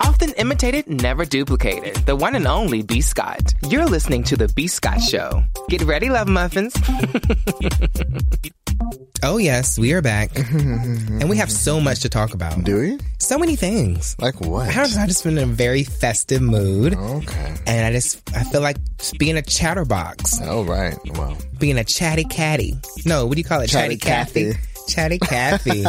Often imitated, never duplicated. The one and only B. Scott. You're listening to The B. Scott Show. Get ready, love muffins. oh, yes, we are back. and we have so much to talk about. Do we? So many things. Like what? I don't know, I just been in a very festive mood. Okay. And I just, I feel like just being a chatterbox, Oh, right. Well, being a chatty catty. No, what do you call it? Chatty Cathy. Chatty Cathy.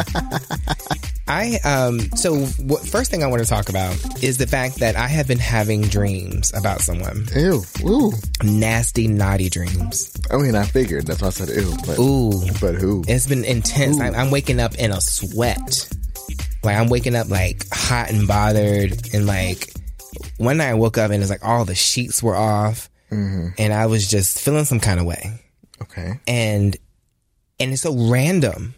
I um so what first thing I want to talk about is the fact that I have been having dreams about someone. ew. Ooh. Nasty naughty dreams. I mean, I figured. That's why I said ew. But, Ooh. but who? It's been intense. I, I'm waking up in a sweat. Like I'm waking up like hot and bothered, and like one night I woke up and it's like all the sheets were off, Mm-hmm. and I was just feeling some kind of way, Okay. and and it's so random.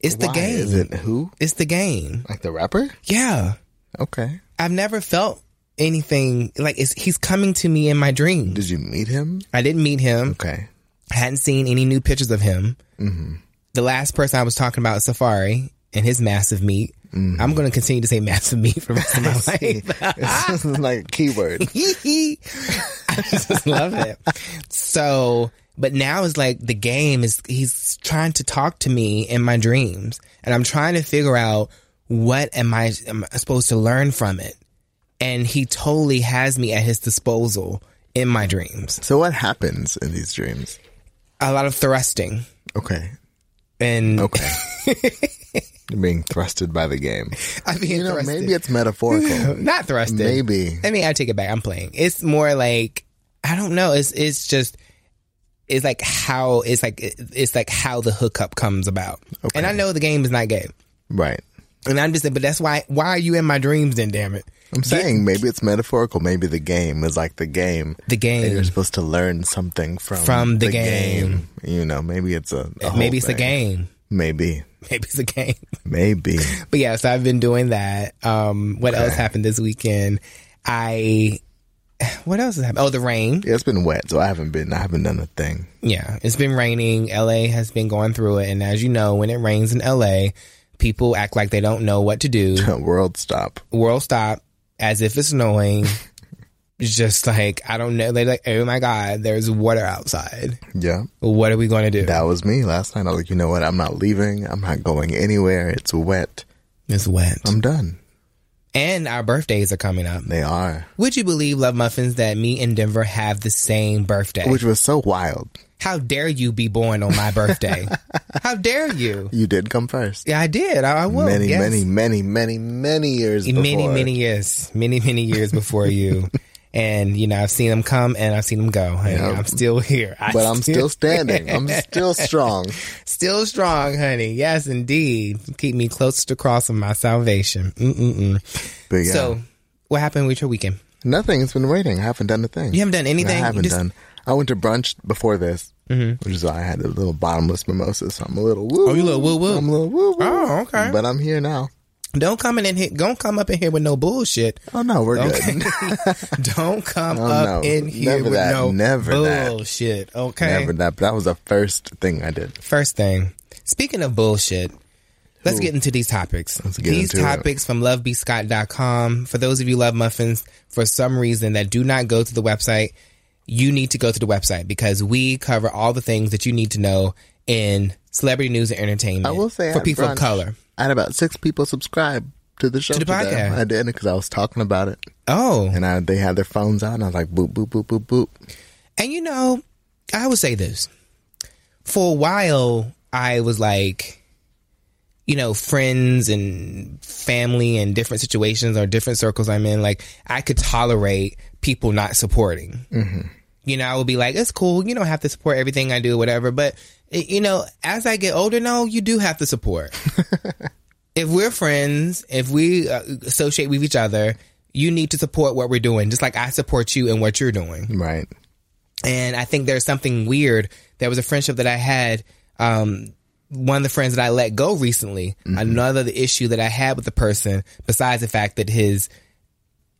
It's the Why game. Is it who? It's the game. Like the rapper? Yeah, Okay. I've never felt anything like it's, he's coming to me in my dream. Did you meet him? I didn't meet him. Okay. I hadn't seen any new pictures of him. Mm-hmm. The last person I was talking about, Safari, and his massive meat. Mm-hmm. I'm going to continue to say massive meat for the rest of my life. this is like a keyword. I just love it. So, but now it's like the game is he's trying to talk to me in my dreams, and I'm trying to figure out what am I, am I supposed to learn from it. And he totally has me at his disposal in my dreams. So what happens in these dreams? A lot of thrusting Okay. and Okay. You're being thrusted by the game. I mean, You know, maybe it's metaphorical. not thrusted. Maybe. I mean, I take it back. I'm playing. It's more like I don't know. It's it's just it's like how it's like it's like how the hookup comes about. And I know the game is not gay. Right. And I'm just, but that's why. Why are you in my dreams? Then, damn it, I'm saying maybe it's metaphorical. Maybe the game is like the game. the And game. you're supposed to learn something from From the game. You know, maybe it's a, a whole Maybe it's a thing. game. Maybe, Maybe it's a game. maybe. But yeah, so I've been doing that. Um, what else happened this weekend? I. What else has happened? Oh, the rain. yeah, it's been wet, so I haven't been. I haven't done a thing. Yeah, it's been raining. LA has been going through it. And as you know, when it rains in LA, people act like they don't know what to do. World stop. World stop as if it's snowing. It's Just like, I don't know. They're like, oh my God, there's water outside. Yeah, What are we going to do? that was me last night. I was like, you know what? I'm not leaving. I'm not going anywhere. It's wet. It's wet. I'm done. and our birthdays are coming up. They are, Would you believe, Love Muffins, that me and Denver have the same birthday? which was so wild. How dare you be born on my birthday? How dare you? You did come first. Yeah, I did. I, I will. many, Oh, yes. many, many, many, many years. many before. many years many many years before you and you know i've seen them come and i've seen them go honey. Yeah. i'm still here I But I'm still standing. I'm still strong. still strong honey yes indeed keep me close to the cross of my salvation Mm-mm-mm. But yeah, so what happened with your weekend nothing. It's been raining. I haven't done a thing. you haven't done anything I haven't You just- Mm-hmm. done. I went to brunch before this, which is why I had a little bottomless mimosa. So I'm a little woo. Oh, you little woo-woo. I'm a little woo woo. Oh, okay. But I'm here now. don't come in and hit, don't come up in here with no bullshit Oh no, we're good. don't come Oh, up no. in here Never with that. no Never that. bullshit okay Never that. That was the first thing I did. First thing, speaking of bullshit, let's get into these topics. get these into it. topics from lovebscott.com. For those of you who love muffins, for some reason that do not go to the website, you need to go to the website because we cover all the things that you need to know in celebrity news and entertainment. I will say for at people of brunch, color. I had about six people subscribe to the show the today. podcast. I did because I was talking about it, Oh, and I they had their phones out, and I was like boop boop boop boop boop. And you know, I would say this. For a while, I was like, you know, friends and family and different situations or different circles I'm in, like, I could tolerate people not supporting. You know, I would be like, it's cool. You don't have to support everything I do, whatever. But, eh, you know, as I get older, no, you do have to support. if we're friends, if we uh, associate with each other, you need to support what we're doing, just like I support you and what you're doing. Right. And I think there's something weird. There was a friendship that I had. Um, one of the friends that I let go Mm-hmm. recently. Another the issue that I had with the person, besides the fact that his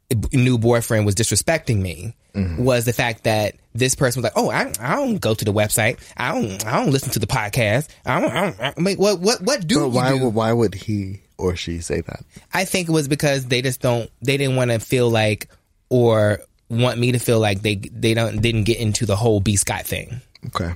b- new boyfriend was disrespecting me Mm-hmm. was the fact that this person was like, "Oh, I, I don't go to the website. I don't I don't listen to the podcast. I don't, I don't, I mean, what what what do But you why do?" would why would he or she say that? I think it was because they just don't they didn't want to feel like or want me to feel like they they don't didn't get into the whole B Scott thing. Okay.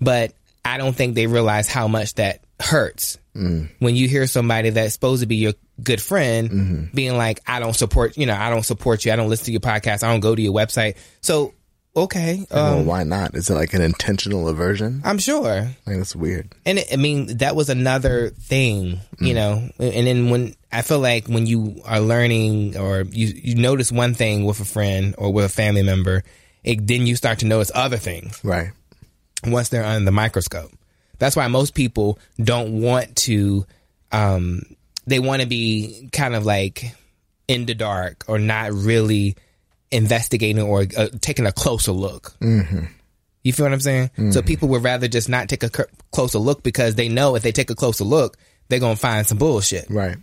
But I don't think they realize how much that hurts when you hear somebody that's supposed to be your good friend being like, "I don't support you know I don't support you. I don't listen to your podcast. I don't go to your website." So okay, um, well, why not? Is it like an intentional aversion? I'm sure. Like that's weird. And it, I mean, that was another thing, you know. And then when I feel like when you are learning or you, you notice one thing with a friend or with a family member, it, then you start to notice other things Right. once they're under the microscope. That's why most people don't want to, um, they want to be kind of like in the dark or not really investigating or uh, taking a closer look. Mm-hmm. You feel what I'm saying? So Mm-hmm. people would rather just not take a cur- closer look because they know if they take a closer look, they're going to find some bullshit. Right.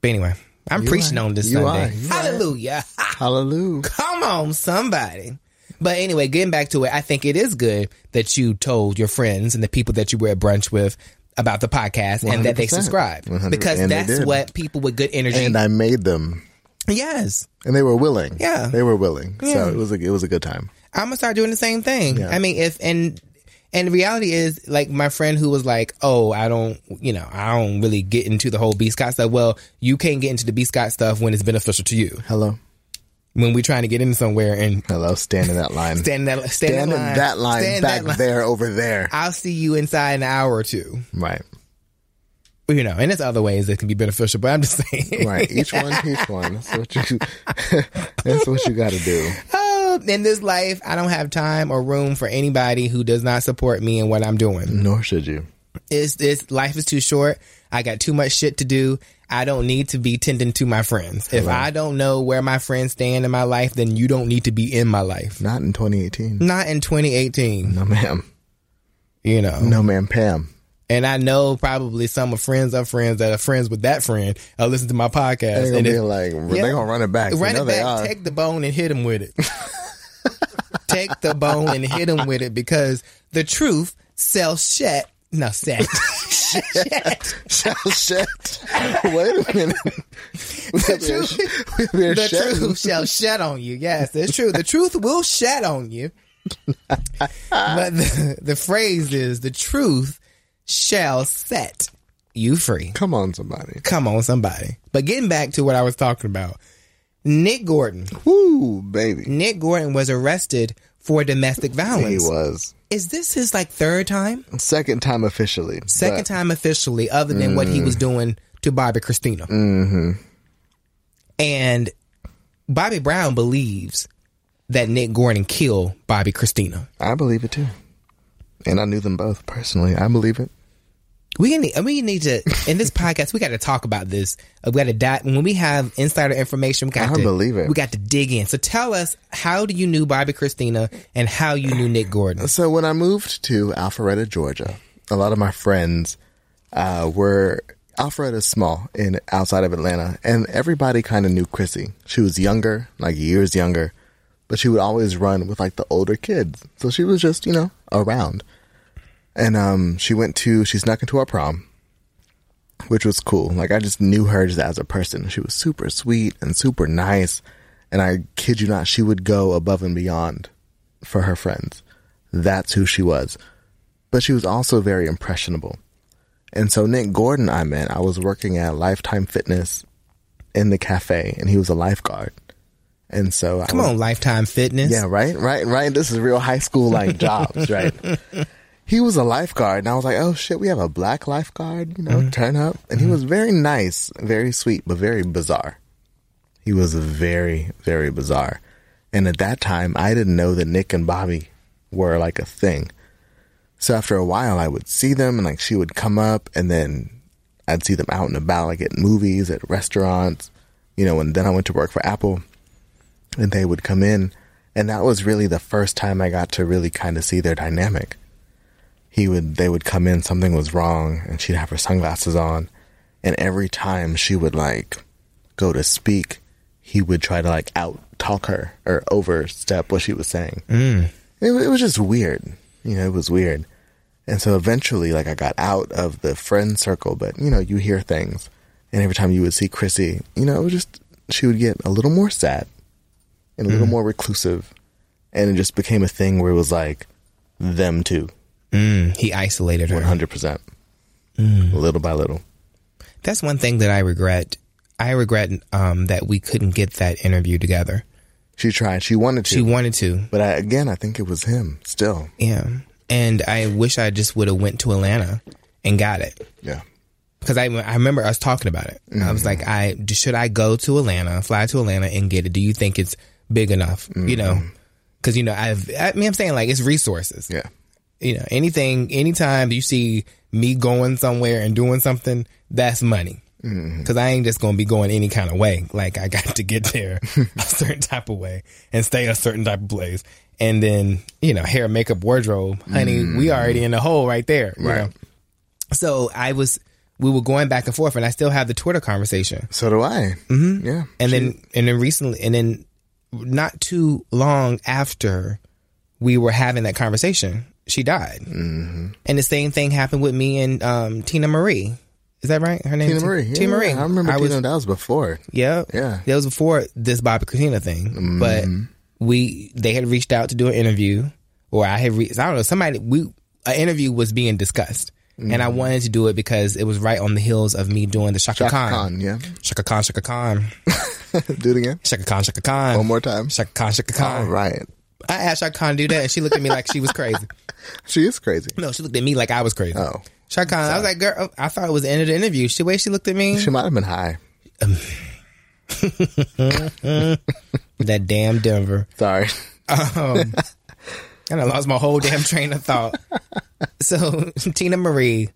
But anyway, I'm preaching are. on this You are. Sunday. You are. Hallelujah. Hallelujah. Come on, somebody. But anyway, getting back to it, I think it is good that you told your friends and the people that you were at brunch with about the podcast and that they 100%. subscribed 100 because and they that's did. what people with good energy. And I made them, yes, and they were willing. Yeah. They were willing. Yeah. So it was a it was a good time. I'm gonna start doing the same thing. Yeah. I mean, if and and the reality is like my friend who was like, "Oh, I don't, you know, I don't really get into the whole B Scott stuff." Well, you can't get into the B Scott stuff when it's beneficial to you. Hello. When we're trying to get in somewhere and Hello. Stand in that line. stand stand that stand, in that line, that line stand back that line. there over there. I'll see you inside an hour or two. Right. you know, and there's other ways that can be beneficial, but I'm just saying. Right. Each one, each one. That's what you that's what you gotta do. Oh, in this life, I don't have time or room for anybody who does not support me in what I'm doing. Nor should you. It's, it's life is too short. I got too much shit to do. I don't need to be tending to my friends. If I don't know where my friends stand in my life, then you don't need to be in my life. Not in twenty eighteen. Not in 2018, No ma'am. you know. No ma'am Pam. And I know probably some of friends of friends that are friends with that friend. I listen to my They're podcast gonna and be if like Yeah. they're gonna run it back. You Run know it they back, are. take the bone and hit him with it. take the bone and hit him with it because the truth sells shit. No, set. Shell shit. Wait a minute. truth- We are the shedding. truth shall shed on you. Yes, it's true. The truth will shed on you. but the, the phrase is the truth shall set you free. Come on, somebody. Come on, somebody. But getting back to what I was talking about, Nick Gordon. Woo, baby. Nick Gordon was arrested for domestic He violence. was. Is this his like third time? Second time officially. Second time officially, other than what Mm. he was doing to Bobby Christina. Mm-hmm. And Bobby Brown believes that Nick Gordon killed Bobby Christina. I believe it too. And I knew them both personally. I believe it. We need, we need to in this podcast. We got to talk about this. We got to dive when we have insider information. We got I to believe it. We got to dig in. So tell us how do you knew Bobby Christina and how you knew Nick Gordon? So when I moved to Alpharetta, Georgia, a lot of my friends uh, were Alpharetta's small in outside of Atlanta, and everybody kind of knew Chrissy. She was younger, like years younger, but she would always run with like the older kids. So she was just you know around, and um, she went to she snuck into our prom, which was cool. Like I just knew her just as a person. She was super sweet and super nice, and I kid you not, she would go above and beyond for her friends. That's who she was. But she was also very impressionable. And so Nick Gordon I met, I was working at Lifetime Fitness in the cafe and he was a lifeguard. And so I Come on, Lifetime Fitness. yeah, right, right, right. This is real high school like jobs, right? He was a lifeguard, and I was like, oh shit, we have a black lifeguard, you know, turn up. And he was very nice, very sweet, but very bizarre. He was very, very bizarre. And at that time, I didn't know that Nick and Bobby were like a thing. So after a while, I would see them, and like she would come up, and then I'd see them out and about, like at movies, at restaurants, you know. And then I went to work for Apple, and they would come in, and that was really the first time I got to really kind of see their dynamic. He would, they would come in, something was wrong, and she'd have her sunglasses on, and every time she would like go to speak, he would try to like out talk her or overstep what she was saying. Mm. It, wa- it was just weird. You know, it was weird. And so eventually, like, I got out of the friend circle, but you know, you hear things. And every time you would see Chrissy, you know, it was just, she would get a little more sad and a Mm. little more reclusive. And it just became a thing where it was like them too, Mm, He isolated her. 100%. Mm. Little by little. That's one thing that I regret. I regret um, that we couldn't get that interview together. She tried, she wanted to. She wanted to, but I, again, I think it was him still. yeah. And I wish I just would have went to Atlanta and got it. Yeah. because I, I remember us talking about it. I was like, I d- should I go to Atlanta, fly to Atlanta, and get it? Do you think it's big enough? You know, because you know I've I mean I'm saying like it's resources. Yeah. You know, anything, anytime you see me going somewhere and doing something, that's money. Because I ain't just gonna be going any kind of way. Like I got to get there a certain type of way and stay a certain type of place. And then you know, hair, makeup, wardrobe, honey, we already in the hole right there. you Right. know? So I was, we were going back and forth, and I still have the Twitter conversation. So do I. Mm-hmm. Yeah. And then, and then recently, and then not too long after we were having that conversation, she died. Mm-hmm. And the same thing happened with me and um, Tina Marie. Is that right? Her name Tina is- Marie. Tina Yeah, Marie. I remember was, Tina. That was before. yeah, Yeah. That was before this Bobby Christina thing, but Mm-hmm. we they had reached out to do an interview, or I had re- I don't know somebody we an interview was being discussed, and I wanted to do it because it was right on the heels of me doing the Shaka, Mm-hmm. Shaka Khan. Khan, yeah. Shaka Khan, Shaka Khan, Do it again. Shaka Khan, Shaka Khan, One more time. Shaka Khan, Shaka Khan. All right. I asked Shaka Khan to do that, and she looked at me like she was crazy. She is crazy. No, she looked at me like I was crazy. Oh. Shaka Khan, I was like, girl, I thought it was the end of the interview. She the way she looked at me, She might have been high. that damn Denver. Sorry. Um, and I lost my whole damn train of thought. So Tina Marie,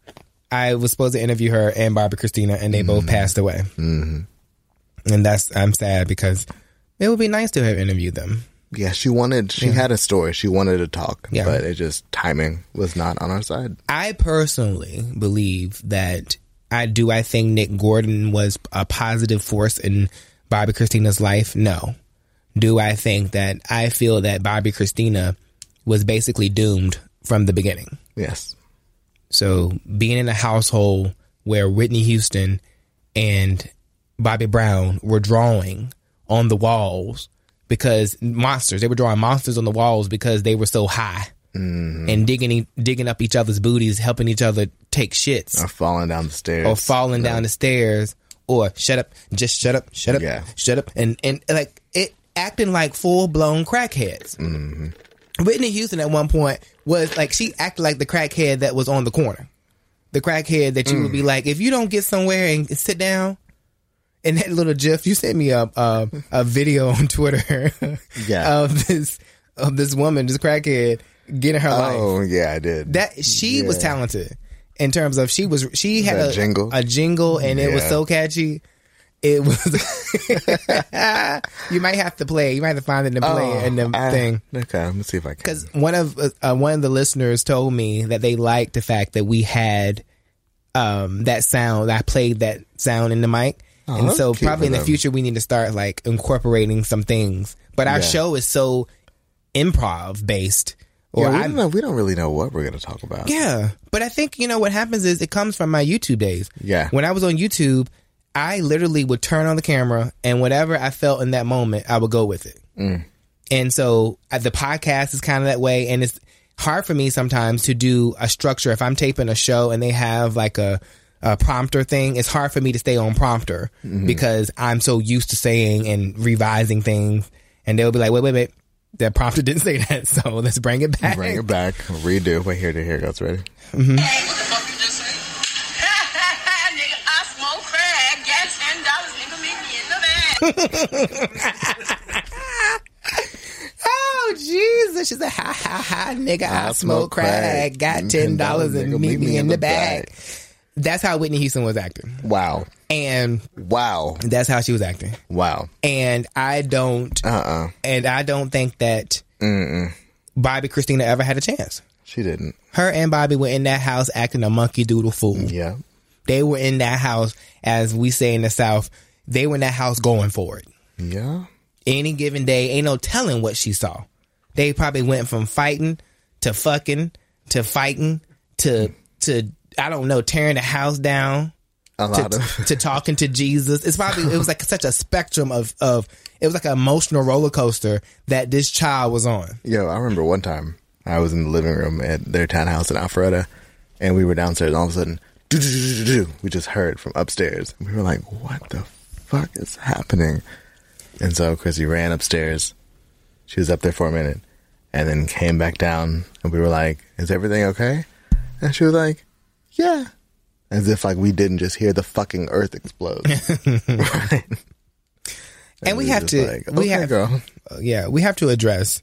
I was supposed to interview her and Barbara Christina, and they both passed away. Mm-hmm. Mm-hmm. And that's I'm sad because it would be nice to have interviewed them. Yeah, she wanted, she had a story. She wanted to talk, Yeah. but it just, timing was not on our side. I personally believe that I do. I think Nick Gordon was a positive force in Bobby Christina's life. No, do I think that I feel that Bobby Christina was basically doomed from the beginning. Yes. So being in a household where Whitney Houston and Bobby Brown were drawing on the walls because monsters. They were drawing monsters on the walls because they were so high and digging e- digging up each other's booties, helping each other take shits Or falling down the stairs. or falling down the stairs or shut up, just shut up, shut up, Yeah. shut up, and and like it acting like full blown crackheads. Mm-hmm. Whitney Houston at one point was like she acted like the crackhead that was on the corner, the crackhead that you would Mm. be like, if you don't get somewhere and sit down. And that little GIF, you sent me a a, a video on Twitter Yeah. of this of this woman, this crackhead, getting her life oh, yeah, I did. that she was Yeah. talented in terms of she was she had That a jingle? a jingle and it was Yeah. so catchy. It was. you might have to play. You might have to find it and play it in the I- thing Oh, ah, Okay, let me see if I can. because one of uh, one of the listeners told me that they liked the fact that we had um, that sound. I played that sound in the mic, and Oh, that's so cute probably in the of them. future we need to start like incorporating some things. But our Yeah. show is so improv based, or yeah, we, I'm don't know, we don't really know what we're going to talk about. yeah. But I think, you know, what happens is it comes from my YouTube days. Yeah. When I was on YouTube, I literally would turn on the camera and whatever I felt in that moment, I would go with it. Mm. And so uh, the podcast is kind of that way. And it's hard for me sometimes to do a structure. If I'm taping a show and they have like a, a prompter thing, it's hard for me to stay on prompter Mm-hmm. because I'm so used to saying and revising things. And they'll be like, wait, wait, wait. That prompter didn't say that. So let's bring it back. Bring it back, redo. Wait, here, here it goes. Ready? What the fuck you just say? nigga, I smoke crack. Gas ten dollars, nigga, meet me in the van. Oh Jesus! She said, "Ha ha ha, nigga! I, I smoke smoke crack. crack. Got ten dollars and Nigga, meet me in the bag." That's how Whitney Houston was acting, Wow. and Wow. that's how she was acting. Wow. And I don't, Uh uh and I don't think that Bobby Christina ever had a chance. She didn't. Her and Bobby were in that house acting a monkey doodle fool. Yeah. They were in that house, as we say in the South. They were in that house going for it. Yeah. Any given day, ain't no telling what she saw. They probably went from fighting to fucking to fighting to to I don't know tearing the house down A lot to, of to talking to Jesus. It's probably it was like such a spectrum of of it was like an emotional roller coaster that this child was on. Yo, I remember one time I was in the living room at their townhouse in Alpharetta, and we were downstairs, and all of a sudden, do do do do do, we just heard from upstairs. We were like, "What the fuck is happening?" And so Chrissy ran upstairs. She was up there for a minute, and then came back down, and we were like, "Is everything okay?" And she was like, "Yeah," as if like we didn't just hear the fucking earth explode. Right? And we were have just to like, we "Okay, have girl. yeah, we have to address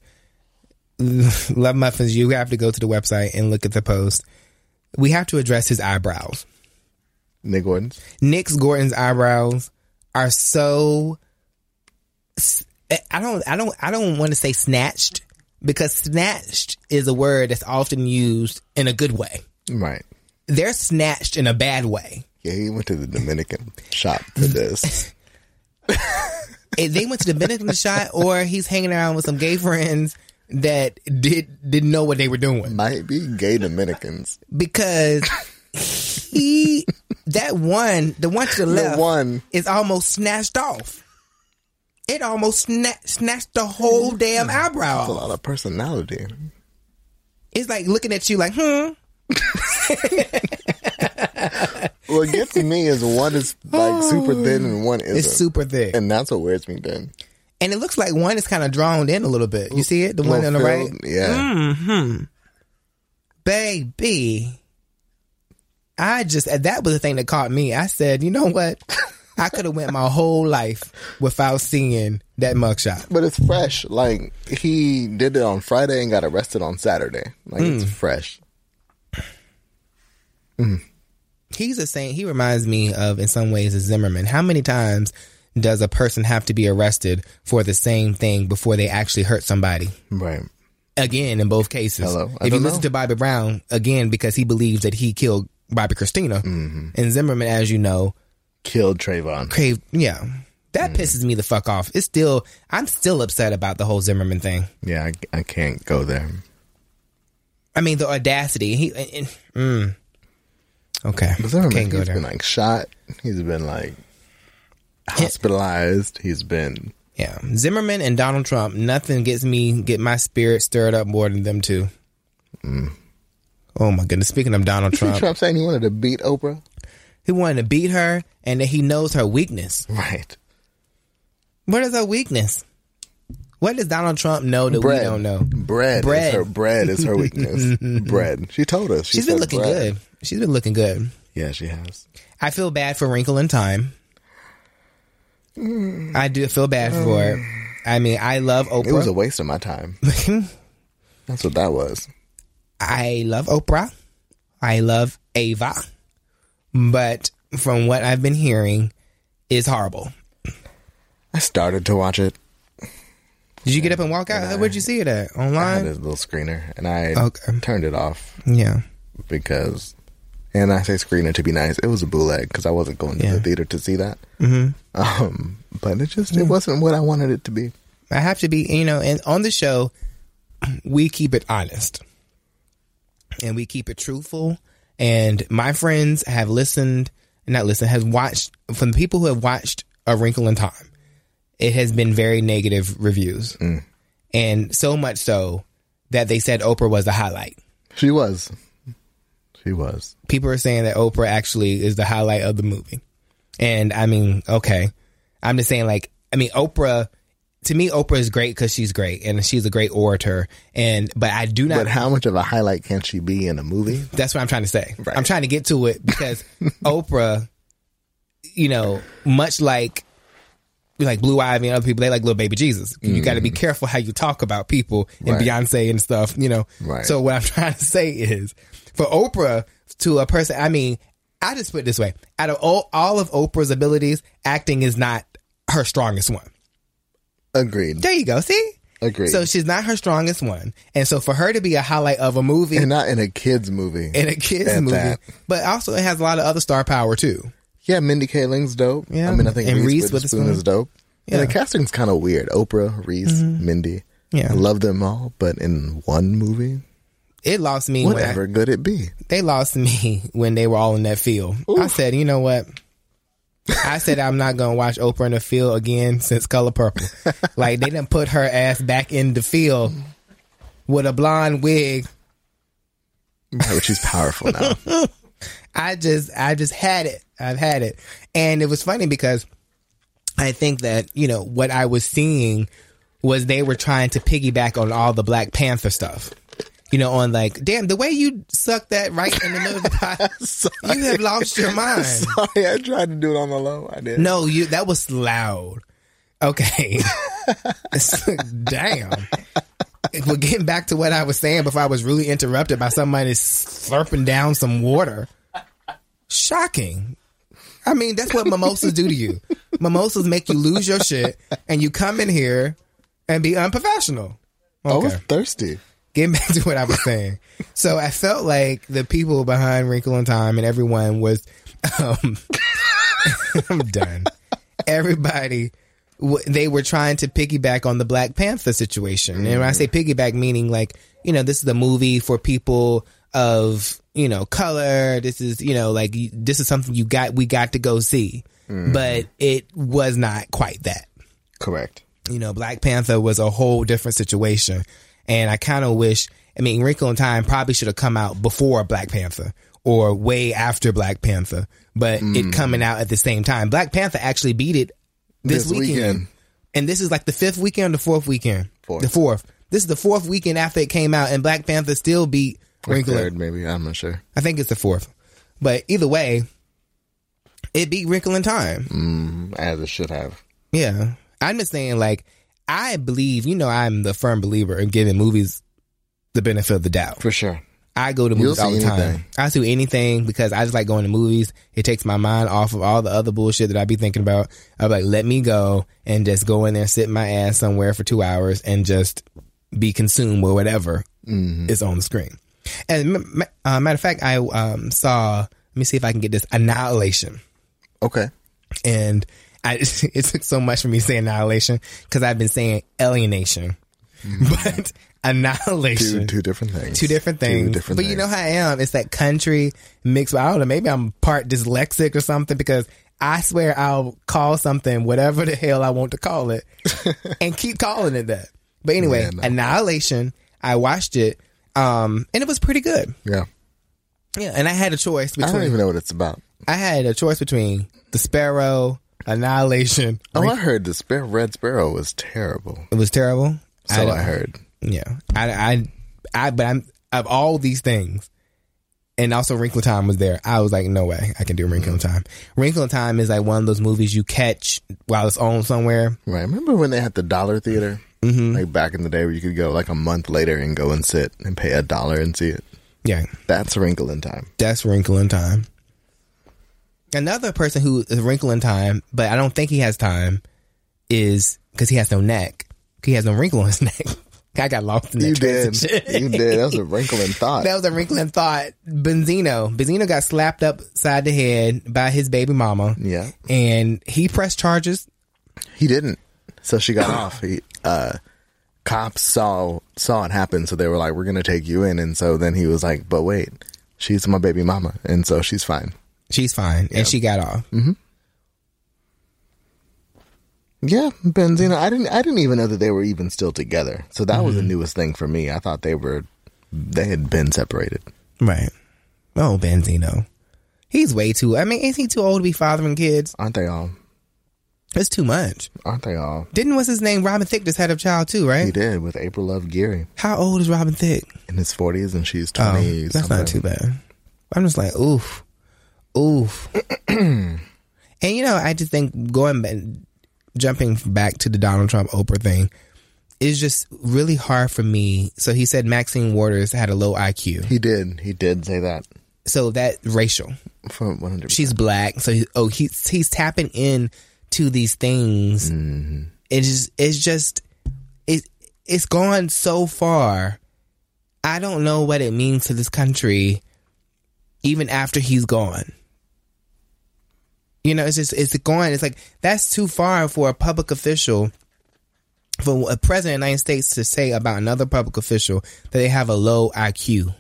Love Muffins. You have to go to the website and look at the post. We have to address his eyebrows. Nick Gordon's. Nick's Gordon's eyebrows are so. s- I don't. I don't. I don't want to say snatched because snatched is a word that's often used in a good way. Right. They're snatched in a bad way. Yeah, he went to the Dominican shop for this. If they went to the Dominican shot, or he's hanging around with some gay friends that did didn't know what they were doing. Might be gay Dominicans. because he that one the one to the left one. is almost snatched off it almost sna- snatched the whole damn eyebrow A off. lot of personality. it's like looking at you like hmm What gets me is one is like super thin and one isn't. it's super thick and that's what wears me down. and it looks like one is kind of drawn in a little bit you see it the one on the right Yeah. baby i just and that was the thing that caught me i said you know what i could have went my whole life without seeing that mugshot But it's fresh. Like he did it on Friday and got arrested on Saturday. Like it's fresh. He's the same. He reminds me of, in some ways, a Zimmerman. How many times does a person have to be arrested for the same thing before they actually hurt somebody? Right. Again, in both cases. Hello. I If you don't listen know. to Bobby Brown, again, because he believes that he killed Bobby Christina. Mm-hmm. And Zimmerman, as you know, Killed Trayvon. craved, yeah. That Mm. pisses me the fuck off. It's still, I'm still upset about the whole Zimmerman thing. Yeah, I, I can't go there. I mean, the audacity. He, and, and- mm. Okay. But Zimmerman, Can't go he's there. been like shot. He's been like hospitalized. He's been Yeah, Zimmerman and Donald Trump. Nothing gets me get my spirit stirred up more than them two. Mm. Oh my goodness! Speaking of Donald Trump, Trump saying he wanted to beat Oprah. he wanted to beat her, and that he knows her weakness. Right. What is her weakness? What does Donald Trump know that we don't know? Bread. Bread. Is her, bread is her weakness. bread. She told us. She She's been said looking bread. good. She's been looking good. Yeah, she has. I feel bad for Wrinkle in Time. I do feel bad for it. I mean, I love It was a Oprah. waste of my time. That's what that was. I love Oprah. I love Ava. But from what I've been hearing, is horrible. I started to watch it. Did you get up and walk out? Where'd you see it at? I had Online? a little screener, and I Okay. turned it off Yeah. because, and I say screener to be nice. It was a bootleg because I wasn't going to Yeah. the theater to see that. Mm-hmm. Um, but it just it wasn't what I wanted it to be. I have to be, you know, and on the show, we keep it honest and we keep it truthful. And my friends have listened, not listened, have watched, from the people who have watched A Wrinkle in Time, it has been very negative reviews. And so much so that they said Oprah was the highlight. She was. She was. people are saying that Oprah actually is the highlight of the movie. And I mean, okay. I'm just saying, like, I mean, Oprah, to me, Oprah is great because she's great and she's a great orator. And, but I do not, But how much of a highlight can she be in a movie? that's what I'm trying to say. Right. I'm trying to get to it because Oprah, you know, much like, like Blue Ivy and other people, they like little baby Jesus. You got to be careful how you talk about people and Mm. Right. Beyonce and stuff, you know. Right. So what I'm trying to say is, for Oprah to a person, I mean, I just put it this way: out of all, all of Oprah's abilities, acting is not her strongest one. Agreed. There you go. See. Agreed. So she's not her strongest one, and so for her to be a highlight of a movie and not in a kids movie. in a kids At movie, that. but also it has a lot of other star power too. Yeah, Mindy Kaling's dope. Yeah. I mean, I think And Reese Reese Witherspoon Witherspoon. is dope. And the casting's kind of weird. Oprah, Reese, Mindy. Mm-hmm. Yeah. I love them all, but in one movie, It lost me. When I- whatever good it be. they lost me when they were all in that field. I said, you know what? I said I'm not gonna watch Oprah in the field again since Color Purple. like they didn't put her ass back in the field with a blonde wig. Right, but she's powerful now. I just I just had it. I've had it. And it was funny because I think that, you know, what I was seeing was they were trying to piggyback on all the Black Panther stuff. You know, on like, damn, the way you suck that right in the middle of the pot, you have lost your mind. Sorry, I tried to do it on the low. I did. No, you that was loud. Okay. Damn. Well, getting back to what I was saying before I was really interrupted by somebody slurping down some water. Shocking. I mean, that's what mimosas do to you. Mimosas make you lose your shit and you come in here and be unprofessional. I was Okay. thirsty. Getting back to what I was saying. So I felt like the people behind Wrinkle in Time and everyone was, um, I'm done. Everybody, w- they were trying to piggyback on the Black Panther situation. And when I say piggyback, meaning like, you know, this is a movie for people of, you know, color. This is, you know, like, y- this is something you got, we got to go see. But it was not quite that Correct. you know, Black Panther was a whole different situation. And I kind of wish, I mean, Wrinkle in Time probably should have come out before Black Panther or way after Black Panther, but Mm. it coming out at the same time. Black Panther actually beat it this, This weekend. weekend. And this is like the fifth weekend or the fourth weekend? Fourth. The fourth. This is the fourth weekend after it came out, and Black Panther still beat Wrinkle in Third, maybe. I'm not sure. I think it's the fourth. But either way, it beat Wrinkle in Time. Mm, As it should have. Yeah. I'm just saying, like, I believe, you know, I'm the firm believer in giving movies the benefit of the doubt. For sure. I go to You'll movies all see the time. anything. I do anything because I just like going to movies. It takes my mind off of all the other bullshit that I be thinking about. I'm like, let me go and just go in there, sit my ass somewhere for two hours and just be consumed with whatever Mm-hmm. is on the screen. And m- m- uh, matter of fact, I um, saw, let me see if I can get this Annihilation Okay. and I, it took so much for me to say annihilation because I've been saying alienation, but Two, annihilation, two different things. two different things. Mm-hmm. Two different but things. you know how I am. It's that country mixed. With, I don't know. Maybe I'm part dyslexic or something because I swear I'll call something whatever the hell I want to call it, and keep calling it that. But anyway, Yeah, no. annihilation. I watched it, um, and it was pretty good. Yeah. Yeah, and I had a choice I don't between. even know what it's about. I had a choice between the sparrow, annihilation, Oh, I heard the spare Red Sparrow was terrible. It was terrible. So I, don't- heard. Yeah, I, I, I, but I'm of all these things, and also Wrinkle Time was there. I was like, no way, I can do Wrinkle Mm-hmm. in Time. Wrinkle in Time is like one of those movies you catch while it's on somewhere. Right. Remember when they had the dollar theater? Mm-hmm. Like back in the day where you could go like a month later and go and sit and pay a dollar and see it. Yeah, That's a wrinkle in time. that's Wrinkle in Time. Another person who is Wrinkle in Time, but I don't think he has time, is because he has no neck. He has no wrinkle on his neck. I got lost in that You did. transition. you did. That was a wrinkle in thought. That was a wrinkle in thought. Benzino. Benzino got slapped upside the head by his baby mama. yeah. And he pressed charges. He didn't. So she got off. He uh cops saw saw it happen, so they were like, We're gonna take you in and so then he was like, But wait, she's my baby mama and so she's fine. She's fine. And she got off. Yeah, Benzino. I didn't I didn't even know that they were even still together. So that was the newest thing for me. I thought they were they had been separated. Right. Oh, Benzino. He's way too. I mean, is he too old to be fathering kids? Aren't they all? That's too much. Aren't they all? Didn't what's his name? Robin Thicke just had a child too, He right? did with April Love Geary How old is Robin Thicke? in his forties and she's Oh, twenty. that's not too something. bad. I'm just like, oof, oof. and you know, I just think going back, jumping back to the Donald Trump Oprah thing is just really hard for me. So he said Maxine Waters had a low IQ. He did. He did say that So that racial. for one hundred. She's black. So he, oh, he's he's tapping in to these things. It's just, it's just it it's gone so far. I don't know what it means to this country, even after he's gone. You know, it's just it's going. It's like that's too far for a public official, for a president of the United States to say about another public official that they have a low IQ.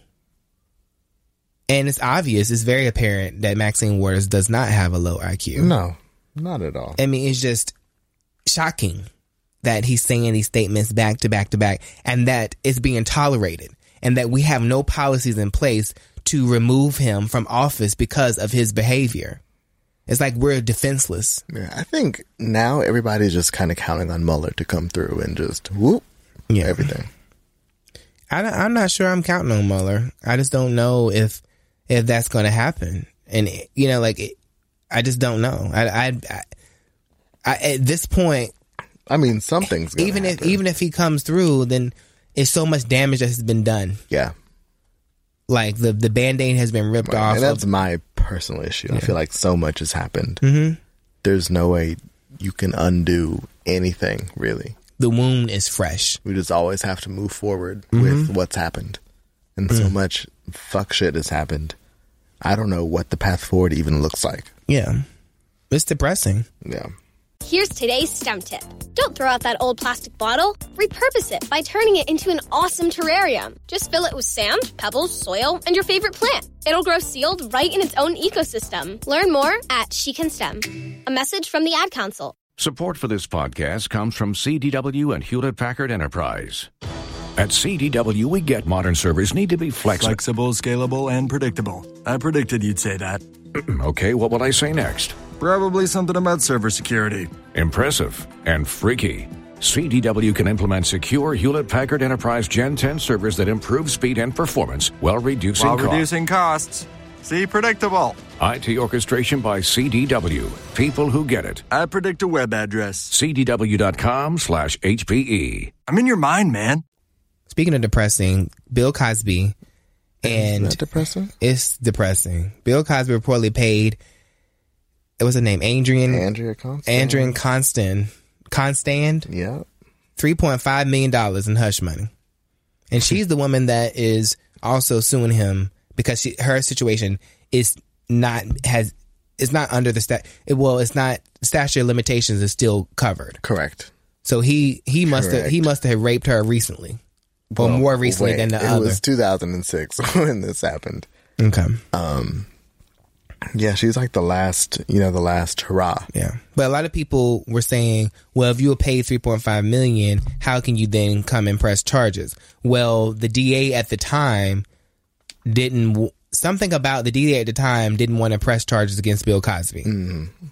And it's obvious, it's very apparent that Maxine Waters does not have a low IQ. No, not at all. I mean, it's just shocking that he's saying these statements back to back to back and that it's being tolerated and that we have no policies in place to remove him from office because of his behavior. It's like we're defenseless. Yeah, I think now everybody's just kind of counting on Mueller to come through and just whoop Yeah. everything. I don't- I'm not sure I'm counting on Mueller. I just don't know if if that's going to happen. And you know, like it, I just don't know. I, I, I, I at this point, I mean, something's gonna even if happen. even if he comes through, then it's so much damage that has been done. yeah, like the the band-aid has been ripped off and that's of- my personal issue. I feel like so much has happened. Mm-hmm. There's no way you can undo anything really. the wound is fresh We just always have to move forward Mm-hmm. with what's happened, and so much fuck shit has happened. I don't know what the path forward even looks like. yeah it's depressing Yeah. Here's today's STEM tip. Don't throw out that old plastic bottle. Repurpose it by turning it into an awesome terrarium. Just fill it with sand, pebbles, soil, and your favorite plant. It'll grow sealed right in its own ecosystem. Learn more at She Can STEM. A message from the Ad Council. Support for this podcast comes from CDW and Hewlett Packard Enterprise. At CDW, we get modern servers need to be flexible. Flexible, scalable, and predictable. I predicted you'd say that. okay, what will I say next? Probably something about server security. Impressive and freaky. CDW can implement secure Hewlett Packard Enterprise Gen 10 servers that improve speed and performance while reducing While costs. reducing costs. See, predictable. IT orchestration by CDW. People who get it. I predict a web address. CDW.com slash E. HPE. I'm in your mind, man. speaking of depressing bill cosby Isn't and that depressing? it's depressing bill cosby reportedly paid it was her name adrian Andrea Constant. adrian constant constand Yeah. 3.5 million dollars in hush money and she's the woman that is also suing him because she, her situation is not has it's not under the stat it, well it's not statute of limitations is still covered Correct. So he he must have Correct. he must have raped her recently, or more recently Wait, than the it other. was 2006 when this happened. okay, Yeah, she's like the last, you know, the last hurrah. yeah. But a lot of people were saying, well, if you were paid three point five million, how can you then come and press charges? Well, the DA at the time didn't. W- something about the DA at the time didn't want to press charges against Bill Cosby,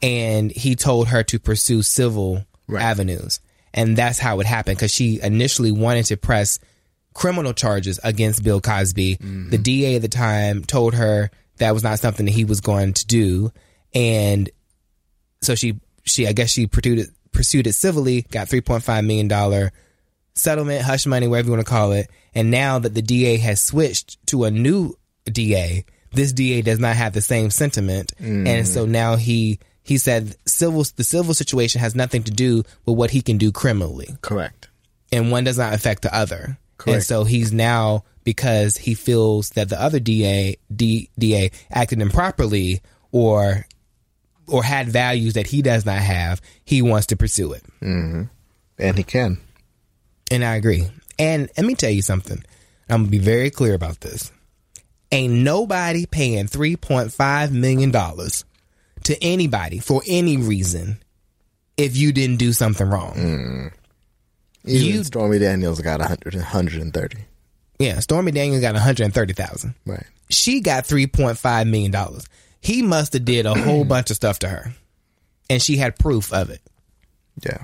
and he told her to pursue civil avenues, and that's how it happened because she initially wanted to press criminal charges against Bill Cosby. The DA at the time told her that was not something that he was going to do, and so she she I guess she pursued it, pursued it civilly, got three point five million dollar settlement, hush money, whatever you want to call it. And now that the DA has switched to a new DA, this DA does not have the same sentiment, and so now he. He said civil the civil situation has nothing to do with what he can do criminally Correct. and one does not affect the other. And Correct. so he's now because he feels that the other DA D, DA acted improperly or or had values that he does not have, he wants to pursue it. And he can. And I agree. And let me tell you something. I'm gonna be very clear about this. Ain't nobody paying three point five million dollars to anybody for any reason if you didn't do something wrong. Even You- Stormy Daniels got 100, 130. Yeah, Stormy Daniels got one hundred thirty thousand. Right. she got three point five million dollars. He must have did a whole bunch of stuff to her, and she had proof of it. Yeah.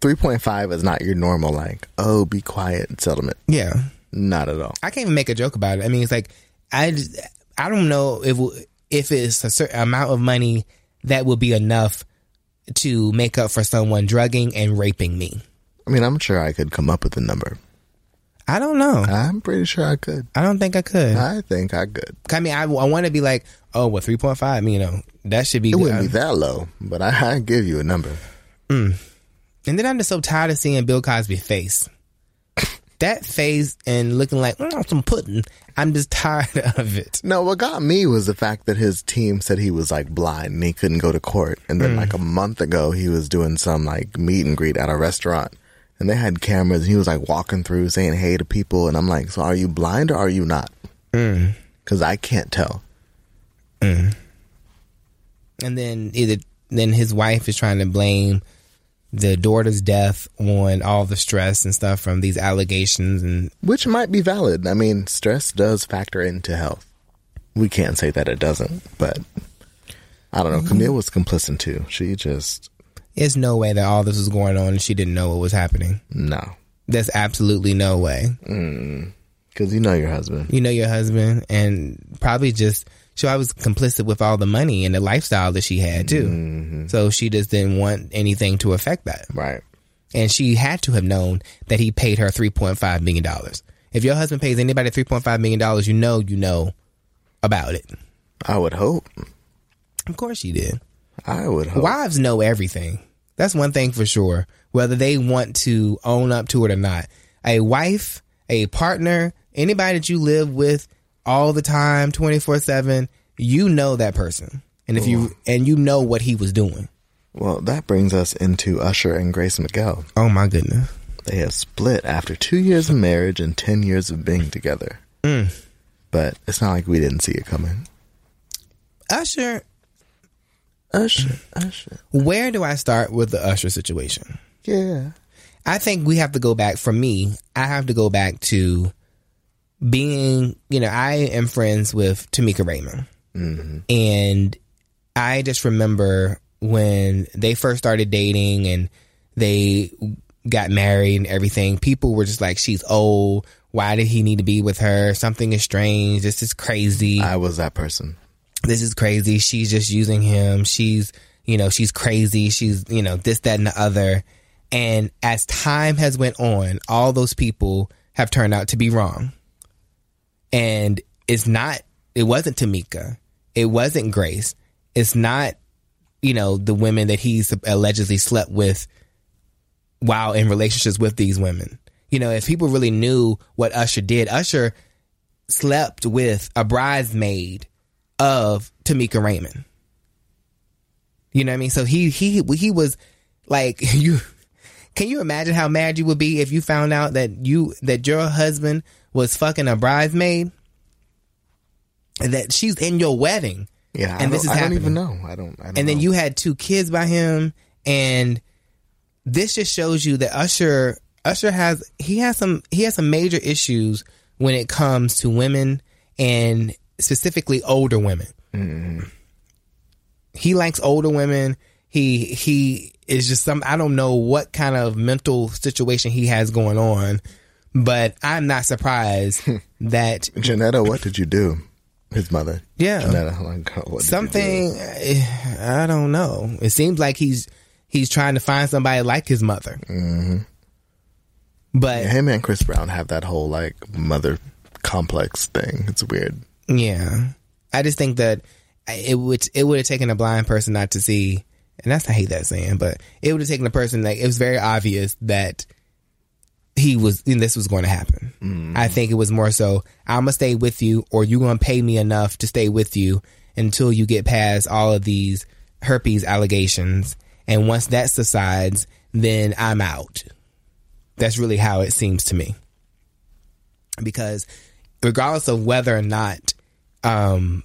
3.5 is not your normal, like, oh, be quiet settlement. Yeah, Not at all. I can't even make a joke about it. I mean, it's like I, just- I don't know if if it's a certain amount of money that will be enough to make up for someone drugging and raping me. I mean, I'm sure I could come up with a number. I don't know. I'm pretty sure I could. I don't think I could. I think I could. I mean, I, I want to be like, oh, well, three point five. You know, that should be. It good. wouldn't be that low, but I, I give you a number. And then I'm just so tired of seeing Bill Cosby's face. that face and looking like mm, I want some pudding. I'm just tired of it. No, what got me was the fact that his team said he was like blind and he couldn't go to court. And then like a month ago, he was doing some like meet and greet at a restaurant and they had cameras and he was like walking through saying hey to people. And I'm like, so are you blind or are you not? Because I can't tell. And then either then his wife is trying to blame the daughter's death on all the stress and stuff from these allegations and Which might be valid. I mean, stress does factor into health. We can't say that it doesn't, but I Mm-hmm. don't know. Camille was complicit too. She just, there's no way that all this was going on and she didn't know what was happening. no. There's absolutely no way. Because you know your husband. you know your husband and probably just so I was complicit with all the money and the lifestyle that she had too. So she just didn't want anything to affect that. Right. And she had to have known that he paid her three point five million dollars. If your husband pays anybody three point five million dollars, you know you know about it. I would hope. Of course she did. I would hope. Wives know everything. That's one thing for sure. Whether they want to own up to it or not. A wife, a partner, anybody that you live with all the time, twenty four seven, you know that person. And if you and you know what he was doing. Well, that brings us into Usher and Grace Miguel. Oh my goodness. They have split after two years of marriage and 10 years of being together. Mm. But it's not like we didn't see it coming. Usher Usher, Usher. where do I start with the Usher situation? Yeah. I think we have to go back. For me, I have to go back to being. You know, I am friends with Tamika Raymond, and I just remember when they first started dating and they got married and everything. People were just like, "She's old. Why did he need to be with her? Something is strange. This is crazy." I was that person. this is crazy. She's just using him. She's, you know, she's crazy. She's, you know, this, that, and the other. And as time has went on, all those people have turned out to be wrong. And it's not, it wasn't Tamika. It wasn't Grace. It's not, you know, the women that he's allegedly slept with while in relationships with these women. You know, if people really knew what Usher did, Usher slept with a bridesmaid of Tamika Raymond. You know what I mean? So he he he was like you. Can you imagine how mad you would be if you found out that you that your husband was fucking a bridesmaid, and that she's in your wedding, Yeah. I and this don't- is I happening, don't even know. I don't, I don't and then know. you had two kids by him, and this just shows you that Usher Usher has he has some he has some major issues when it comes to women and specifically older women. He likes older women. He he is just some I don't know what kind of mental situation he has going on, but I'm not surprised that Janetta, what did you do? His mother. Yeah. Janetta, like, what did you do? something eh, I don't know. It seems like he's he's trying to find somebody like his mother. Mm-hmm. But Him and Chris Brown have that whole like mother complex thing. It's weird. Yeah, I just think that I- it would it would have taken a blind person not to see, and that's I hate that saying, but it would have taken a person like it was very obvious that he was and this was going to happen. I think it was more so I'm gonna stay with you, or you're gonna pay me enough to stay with you until you get past all of these herpes allegations, and once that subsides, then I'm out. That's really how it seems to me because regardless of whether or not um,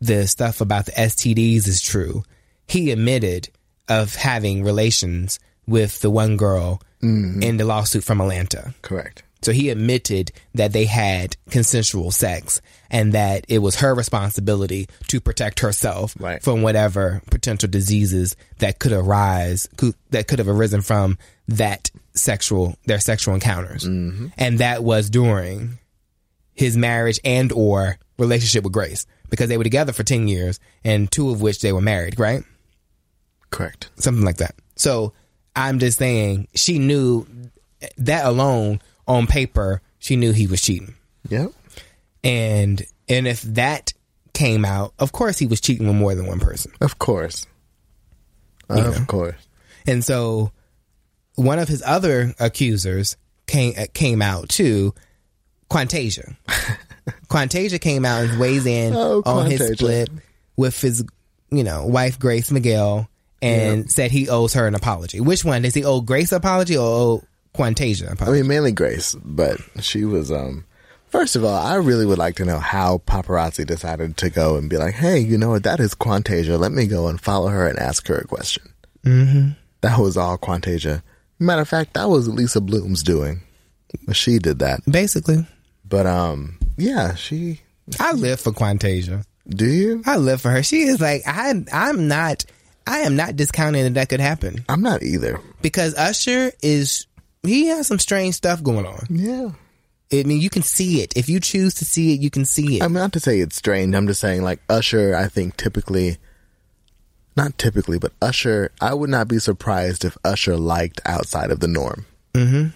the stuff about the STDs is true, he admitted of having relations with the one girl in the lawsuit from Atlanta. Correct. So he admitted that they had consensual sex and that it was her responsibility to protect herself Right. from whatever potential diseases that could arise could, that could have arisen from that sexual their sexual encounters. And that was during his marriage and or relationship with Grace because they were together for 10 years and two of which they were married, right? Correct. something like that. So I'm just saying she knew that alone on paper she knew he was cheating, Yep. and and if that came out, of course he was cheating with more than one person. Of course. Of course. And so one of his other accusers came uh, came out too. Quantasia, Quantasia came out and weighs in Oh, on his Quantasia. split with his you know wife Grace Miguel and said he owes her an apology. Which one does he owe Grace an apology or owe Quantasia? I Apology? mean, mainly Grace, but she was. um First of all, I really would like to know how paparazzi decided to go and be like, "Hey, you know what? That is Quantasia. Let me go and follow her and ask her a question." Mm-hmm. That was all Quantasia. Matter of fact, that was Lisa Bloom's doing. She did that, Basically, but um, yeah, she. I live for Quantasia. Do you? I live for her. She is like I. I'm not. I am not discounting that that could happen I'm not either. because Usher is. He has some strange stuff going on. Yeah. I mean, you can see it. If you choose to see it, you can see it. I'm not to say it's strange. I'm just saying, like Usher, I think typically, not typically, but Usher, I would not be surprised if Usher liked outside of the norm. Mm-hmm.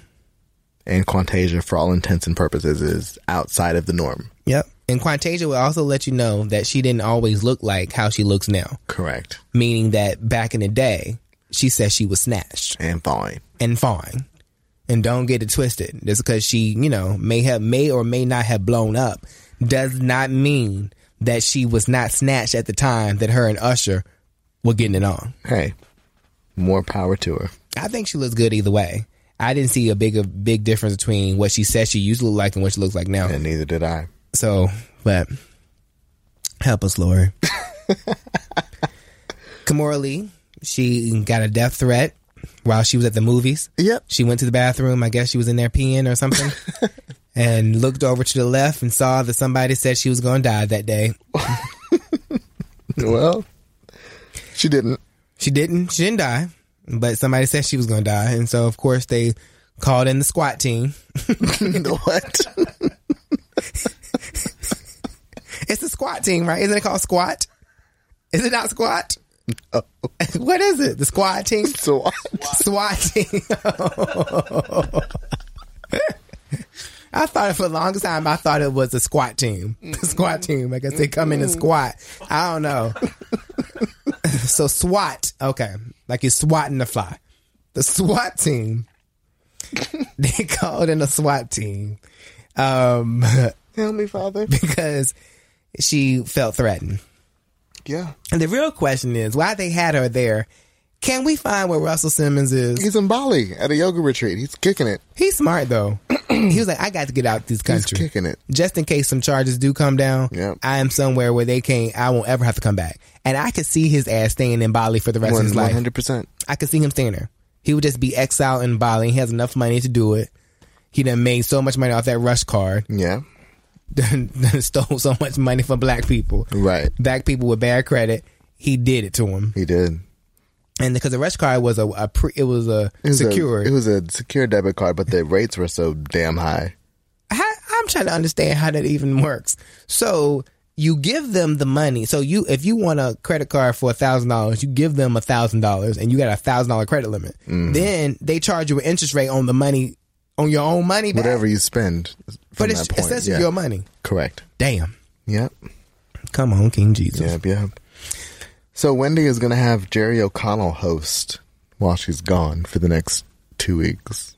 And Quantasia, for all intents and purposes, is outside of the norm. yep. And Quantasia will also let you know that she didn't always look like how she looks now, Correct. meaning that back in the day, she said she was snatched And fine. and fine. And don't get it twisted. Just because she, you know, may have, may or may not have blown up does not mean that she was not snatched at the time that her and Usher were getting it on. Hey, more power to her. I think she looks good either way. I didn't see a big, a big difference between what she said she used to look like and what she looks like now. And neither did I. So, but help us, Lori. Kimora Lee, she got a death threat while she was at the movies. Yep. She went to the bathroom. I guess she was in there peeing or something, and looked over to the left and saw that somebody said she was going to die that day. well, she didn't. She didn't. She didn't die, but somebody said she was going to die, and so of course they called in the squat team. what? It's the squat team, right? Isn't it called squat? Is it not squat? what is it? The squat team. so what? SWAT team. I thought it for the longest time. I thought it was a squat team. The squat team. I guess they come in and squat. I don't know. so SWAT. Okay, like you're swatting the fly. The SWAT team. they called in a SWAT team um, Tell me, Father. because she felt threatened. Yeah. And the real question is why they had her there. Can we find where Russell Simmons is? He's in Bali at a yoga retreat. He's kicking it. He's smart though. he was like, I got to get out this He's country. kicking it. Just in case some charges do come down, Yep. I am somewhere where they can't. I won't ever have to come back, and I could see his ass staying in Bali for the rest of his One life. hundred percent. I could see him staying there. He would just be exiled in Bali. He has enough money to do it. He done made so much money off that rush card. Yeah. Done, done stole so much money from black people. Right. Black people with bad credit. He did it to him, He did. and because the rush card was a, a pre, it was a It was secure. A, it was a secure debit card, but the rates were so damn high. how, I'm trying to understand how that even works. So you give them the money. So you, if you want a credit card for a thousand dollars, you give them a thousand dollars, and you got a thousand dollar credit limit. Mm-hmm. Then they charge you an interest rate on the money, on your own money, back. Whatever you spend from But it's that point. essentially yeah. your money. Correct. Damn. Yep. Come on, King Jesus. Yep. Yep. So Wendy is going to have Jerry O'Connell host while she's gone for the next two weeks.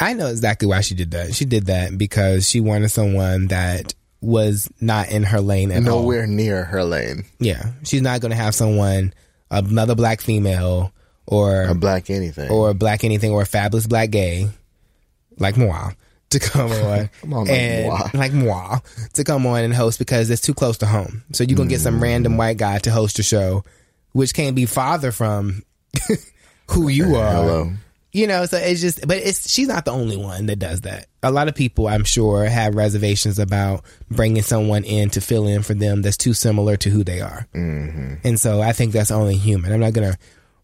I know exactly why she did that. She did that because she wanted someone that was not in her lane at all. Nowhere near her lane. Yeah, she's not going to have someone, another black female or A black anything. or a black anything or a fabulous black gay like moi to come on, Come on, like and moi. like moi to come on and host because it's too close to home. So you're gonna get some Mm. random white guy to host your show, which can't be farther from who you are. Hello. You know, so it's just, but it's she's not the only one that does that. A lot of people, I'm sure, have reservations about bringing someone in to fill in for them that's too similar to who they are. And so I think that's only human. I'm not going to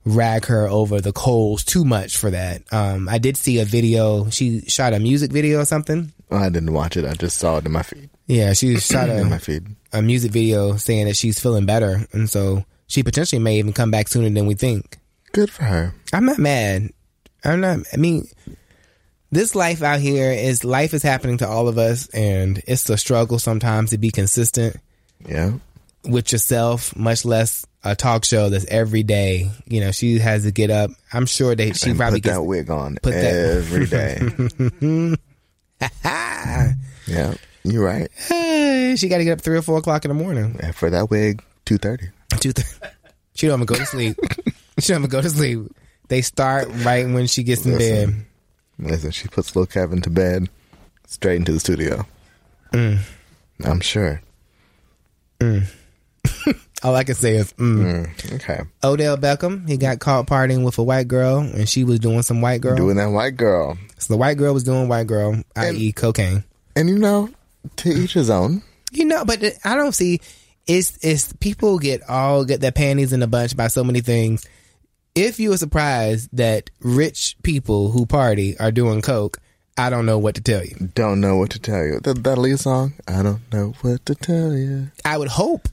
rag her over the coals too much for that. Um, I did see a video. She shot a music video or something. Oh, I didn't watch it. I just saw it in my feed. Yeah, she shot In my a, feed. a music video saying that she's feeling better. And so she potentially may even come back sooner than we think. Good for her. I'm not mad. I'm not, I mean, this life out here is life is happening to all of us and it's a struggle sometimes to be consistent. Yeah. with yourself, much less a talk show that's every day. You know, she has to get up. I'm sure that she and probably put gets that wig on put that- every day. yeah, you're right. Ah, she got to get up three or four o'clock in the morning. And for that wig, two thirty. Two, th- she don't even go to sleep. she don't even go to sleep. They start right when she gets in Listen. bed. Listen, she puts little Kevin to bed, straight into the studio. Mm. I'm sure. All I can say is, mm. Okay, Odell Beckham, he got caught partying with a white girl, and she was doing some white girl. doing that white girl, so the white girl was doing white girl, i.e., cocaine. and you know, to each his own. You know, but it- I don't see. It's it's people get all get their panties in a bunch by so many things. If you are surprised that rich people who party are doing coke, I don't know what to tell you. Don't know what to tell you. That, that lead song. I don't know what to tell you. I would hope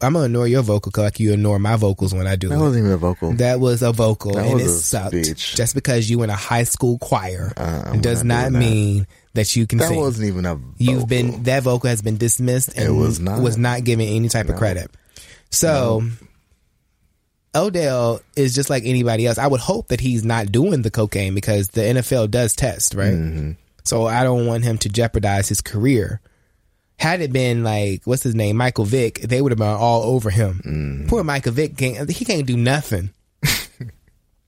I'm gonna ignore your vocal like you ignore my vocals when I do That it. wasn't even a vocal. That was a vocal That and was it a sucked. speech. Just because you in a high school choir Uh, I'm does not not doing that. mean that you can That sing. wasn't even a. Vocal. You've been that vocal has been dismissed and was not. was not given any type of credit. So Odell is just like anybody else. I would hope that he's not doing the cocaine because the NFL does test, right? Mm-hmm. So I don't want him to jeopardize his career. Had it been like what's his name, Michael Vick, they would have been all over him. Mm-hmm. Poor Michael Vick, can't, he can't do nothing.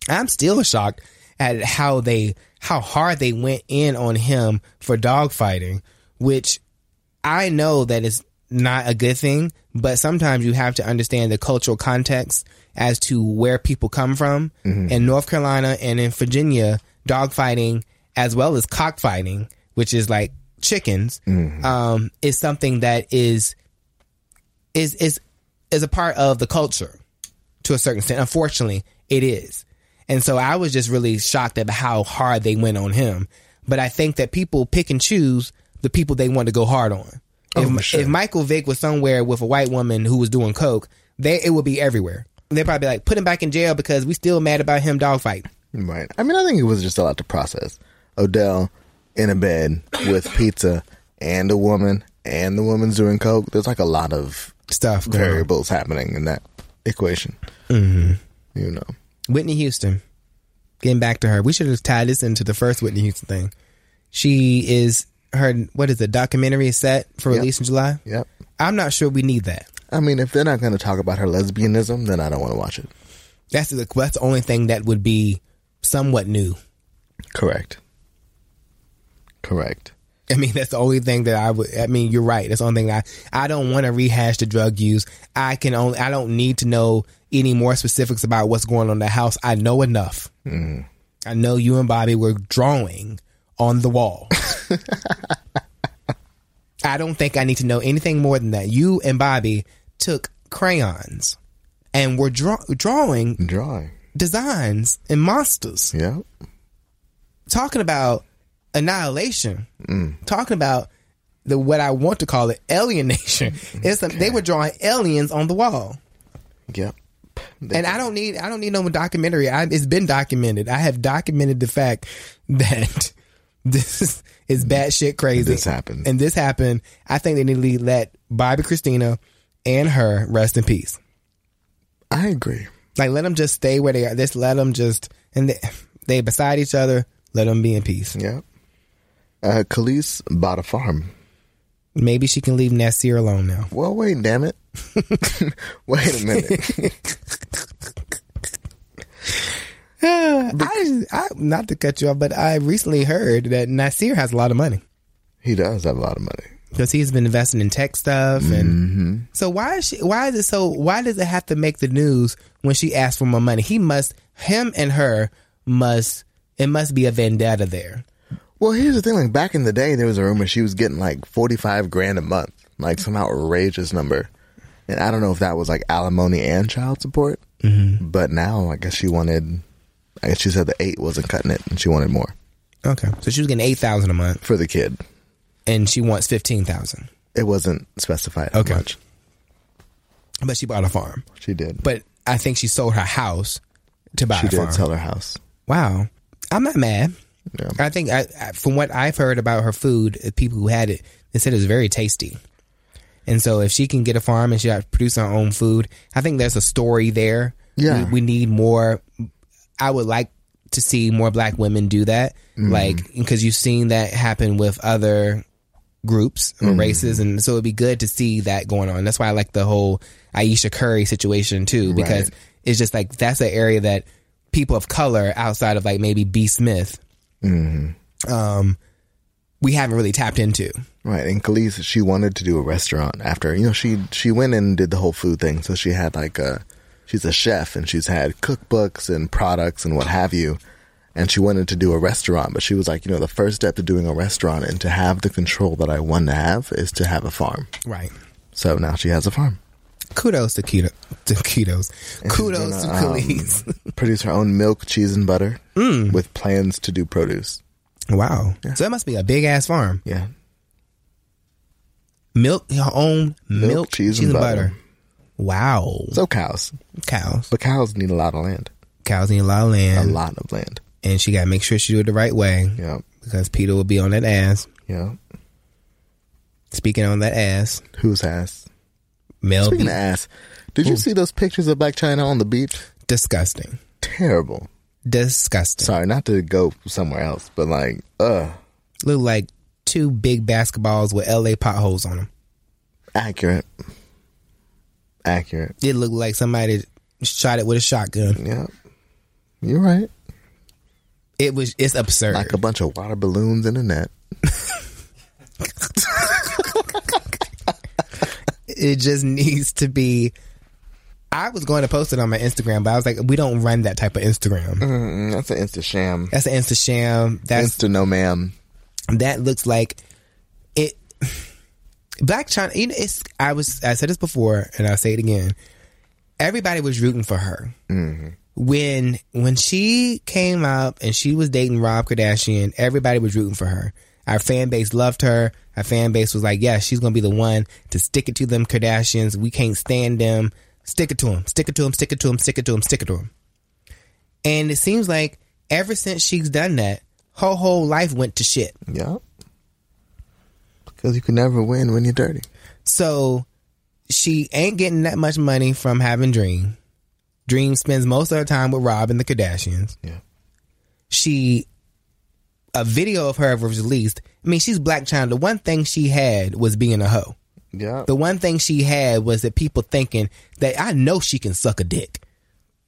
I'm still shocked at how they how hard they went in on him for dogfighting, which I know that is not a good thing, but sometimes you have to understand the cultural context as to where people come from. In North Carolina and in Virginia, dogfighting as well as cockfighting, which is like chickens, um, is something that is is is is a part of the culture to a certain extent. Unfortunately, it is. And so I was just really shocked at how hard they went on him. But I think that people pick and choose the people they want to go hard on. if, if Michael Vick was somewhere with a white woman who was doing coke, they it would be everywhere. They'd probably be like, put him back in jail because we still mad about him dogfight. Right. I mean, I think it was just a lot to process. Odell in a bed with pizza and a woman, and the woman's doing coke. There's like a lot of Stuff. going on. variables happening in that equation. Mm-hmm. You know, Whitney Houston. Getting back to her, we should have tied this into the first Whitney Houston thing. She is her what is the documentary is set for Yep. release in July. yep. I'm not sure we need that. I mean, if they're not going to talk about her lesbianism, then I don't want to watch it. That's the that's the only thing that would be somewhat new. Correct. Correct. I mean, that's the only thing that I would. I mean, you're right. That's the only thing that I. I don't want to rehash the drug use. I can only. I don't need to know any more specifics about what's going on in the house. I know enough. I know you and Bobby were drawing on the wall. I don't think I need to know anything more than that. You and Bobby took crayons and were draw- drawing Drawing. designs and monsters. Yeah. talking about annihilation, Mm. talking about the what I want to call it alienation. It's some- they were drawing aliens on the wall, Yep. They- and I don't need I don't need no documentary. I, it's been documented. I have documented the fact that this is batshit crazy. Mm. This happened. and this happened. I think they need to let Bobby Christina and her rest in peace. I agree. Like let them just stay where they are. Just let them just and they, they beside each other. Let them be in peace. Yep. Uh, Khalees bought a farm. Maybe she can leave Nasir alone now. Well, wait, damn it. wait a minute. I, I not to cut you off, but I recently heard that Nasir has a lot of money He does have a lot of money. because he's been investing in tech stuff. And Mm-hmm. so why is she, why is it so? Why does it have to make the news when she asks for more money? He must him and her must it must be a vendetta there. Well, here's the thing. Like back in the day, there was a rumor she was getting like forty-five grand a month, like some outrageous number. And I don't know if that was like alimony and child support, Mm-hmm. but now I guess she wanted. I guess she said the eight wasn't cutting it, and she wanted more Okay, so she was getting eight thousand a month, for the kid. and she wants fifteen thousand, It wasn't specified how Okay. much but she bought a farm. she did, But I think she sold her house to buy she a did farm. sell her house. Wow, I'm not mad. Yeah. I think I, I, from what I've heard about her food, uh, people who had it, they said it was very tasty. And so if she can get a farm and she out produce her own food, I think there's a story there. Yeah. We, we need more. I would like to see more black women do that. Mm-hmm. Like, because you've seen that happen with other groups or races. And so it'd be good to see that going on. That's why I like the whole Aisha Curry situation too, because Right. it's just like that's an area that people of color outside of like maybe B. Smith, um, we haven't really tapped into. Right, and Khalees, she wanted to do a restaurant after you know she she went and did the whole food thing. So she had like a she's a chef and she's had cookbooks and products and what have you. And she wanted to do a restaurant, but she was like, you know, the first step to doing a restaurant and to have the control that I want to have is to have a farm. Right. So now she has a farm. Kudos to keto, to ketos. Kudos to gonna, um, Khalees. Mm. Produce her own milk, cheese, and butter with plans to do produce. wow. So that must be a big ass farm. Yeah. Milk, your own milk, cheese, and butter. Wow. So cows. cows. But cows need a lot of land. Cows need a lot of A land. lot of land. And she got to make sure she do it the right way Yeah. because Peter will be on that ass. Yeah. Speaking on that ass, Whose ass? Mel Speaking B. of ass, did you see those pictures of Black China on the beach? Disgusting. Terrible. Disgusting. Sorry, not to go somewhere else, but like, uh, Look like two big basketballs with LA potholes on them. accurate. Accurate. It looked like somebody shot it with a shotgun. Yeah. You're right. It was, it's absurd. Like a bunch of water balloons in a net. it just needs to be I was going to post it on my Instagram, but I was like, we don't run that type of Instagram. Mm, That's an insta sham. That's an Insta sham. That's Insta no ma'am. that looks like it. Black China, you know, it's. I was. I said this before, and I'll say it again. Everybody was rooting for her when when she came up and she was dating Rob Kardashian. Everybody was rooting for her. Our fan base loved her. Our fan base was like, "Yeah, she's gonna be the one to stick it to them Kardashians. We can't stand them. Stick it to them. Stick it to them. Stick it to them. Stick it to them. Stick it to them." And it seems like ever since she's done that, her whole life went to shit. Yeah. Because you can never win when you're dirty. So she ain't getting that much money from having Dream. Dream spends most of her time with Rob and the Kardashians. Yeah. She a video of her was released. I mean, she's Black China. The one thing she had was being a hoe. Yeah. The one thing she had was that people thinking that I know she can suck a dick.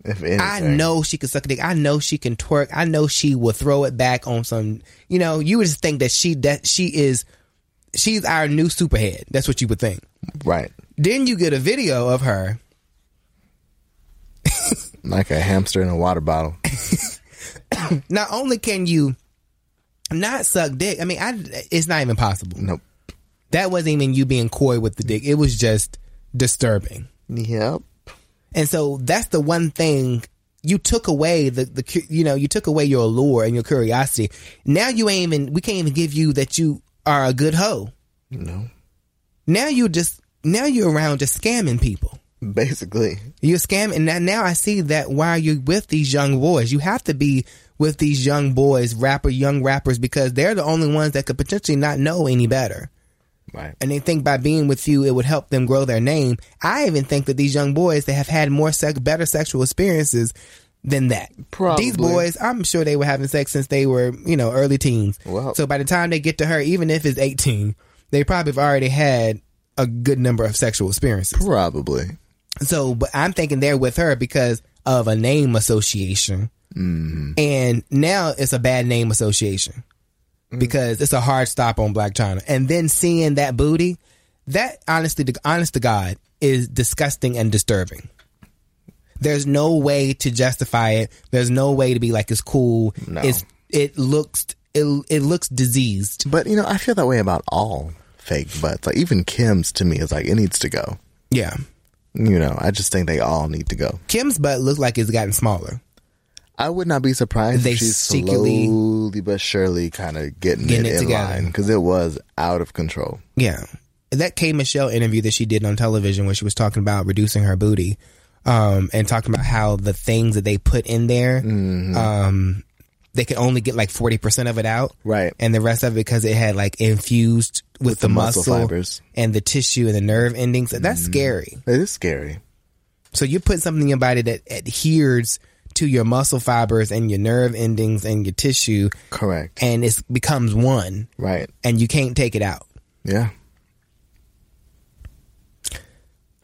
if anything. I know she can suck a dick. I know she can twerk. I know she will throw it back on some. You know, you would just think that she that she is she's our new superhead. That's what you would think. Right. Then you get a video of her Like a hamster in a water bottle. not only can you not suck dick, I mean, I, it's not even possible. Nope. That wasn't even you being coy with the dick. It was just disturbing. Yep. And so that's the one thing you took away the, the cu- you know you took away your allure and your curiosity. Now you ain't even we can't even give you that you are a good hoe. No. Now you just now you're around just scamming people. Basically. You're scamming. And now, now I see that while you're with these young boys, you have to be with these young boys, rapper, young rappers, because they're the only ones that could potentially not know any better. Right. And they think by being with you, it would help them grow their name. I even think that these young boys that have had more sex, better sexual experiences than that. Probably. These boys, I'm sure they were having sex since they were, you know, early teens. Wow. So by the time they get to her, even if it's 18, they probably have already had a good number of sexual experiences. Probably. So, but I'm thinking they're with her because of a name association, and now it's a bad name association because it's a hard stop on Black China. And then seeing that booty, that honestly, to, honest to God, is disgusting and disturbing. There's no way to justify it. There's no way to be like it's cool. No. It's it looks it it looks diseased. But you know, I feel that way about all fake butts. Like even Kim's to me is like it needs to go. Yeah, You know, I just think they all need to go. Kim's butt looks like it's gotten smaller. I would not be surprised They if she's secretly- slowly but surely kind of getting, Getting it, it in together. line because it was out of control. Yeah. That K Michelle interview that she did on television where she was talking about reducing her booty Mm-hmm. um, and talking about how the things that they put in there um, they could only get like 40% of it out. Right. And the rest of it because it had like infused with, the, the muscle muscle, fibers. Mm-hmm. and the tissue and the nerve endings. That's scary. It is scary. So you put something in your body that adheres to your muscle fibers and your nerve endings and your tissue Correct. and it becomes one right. and you can't take it out. Yeah.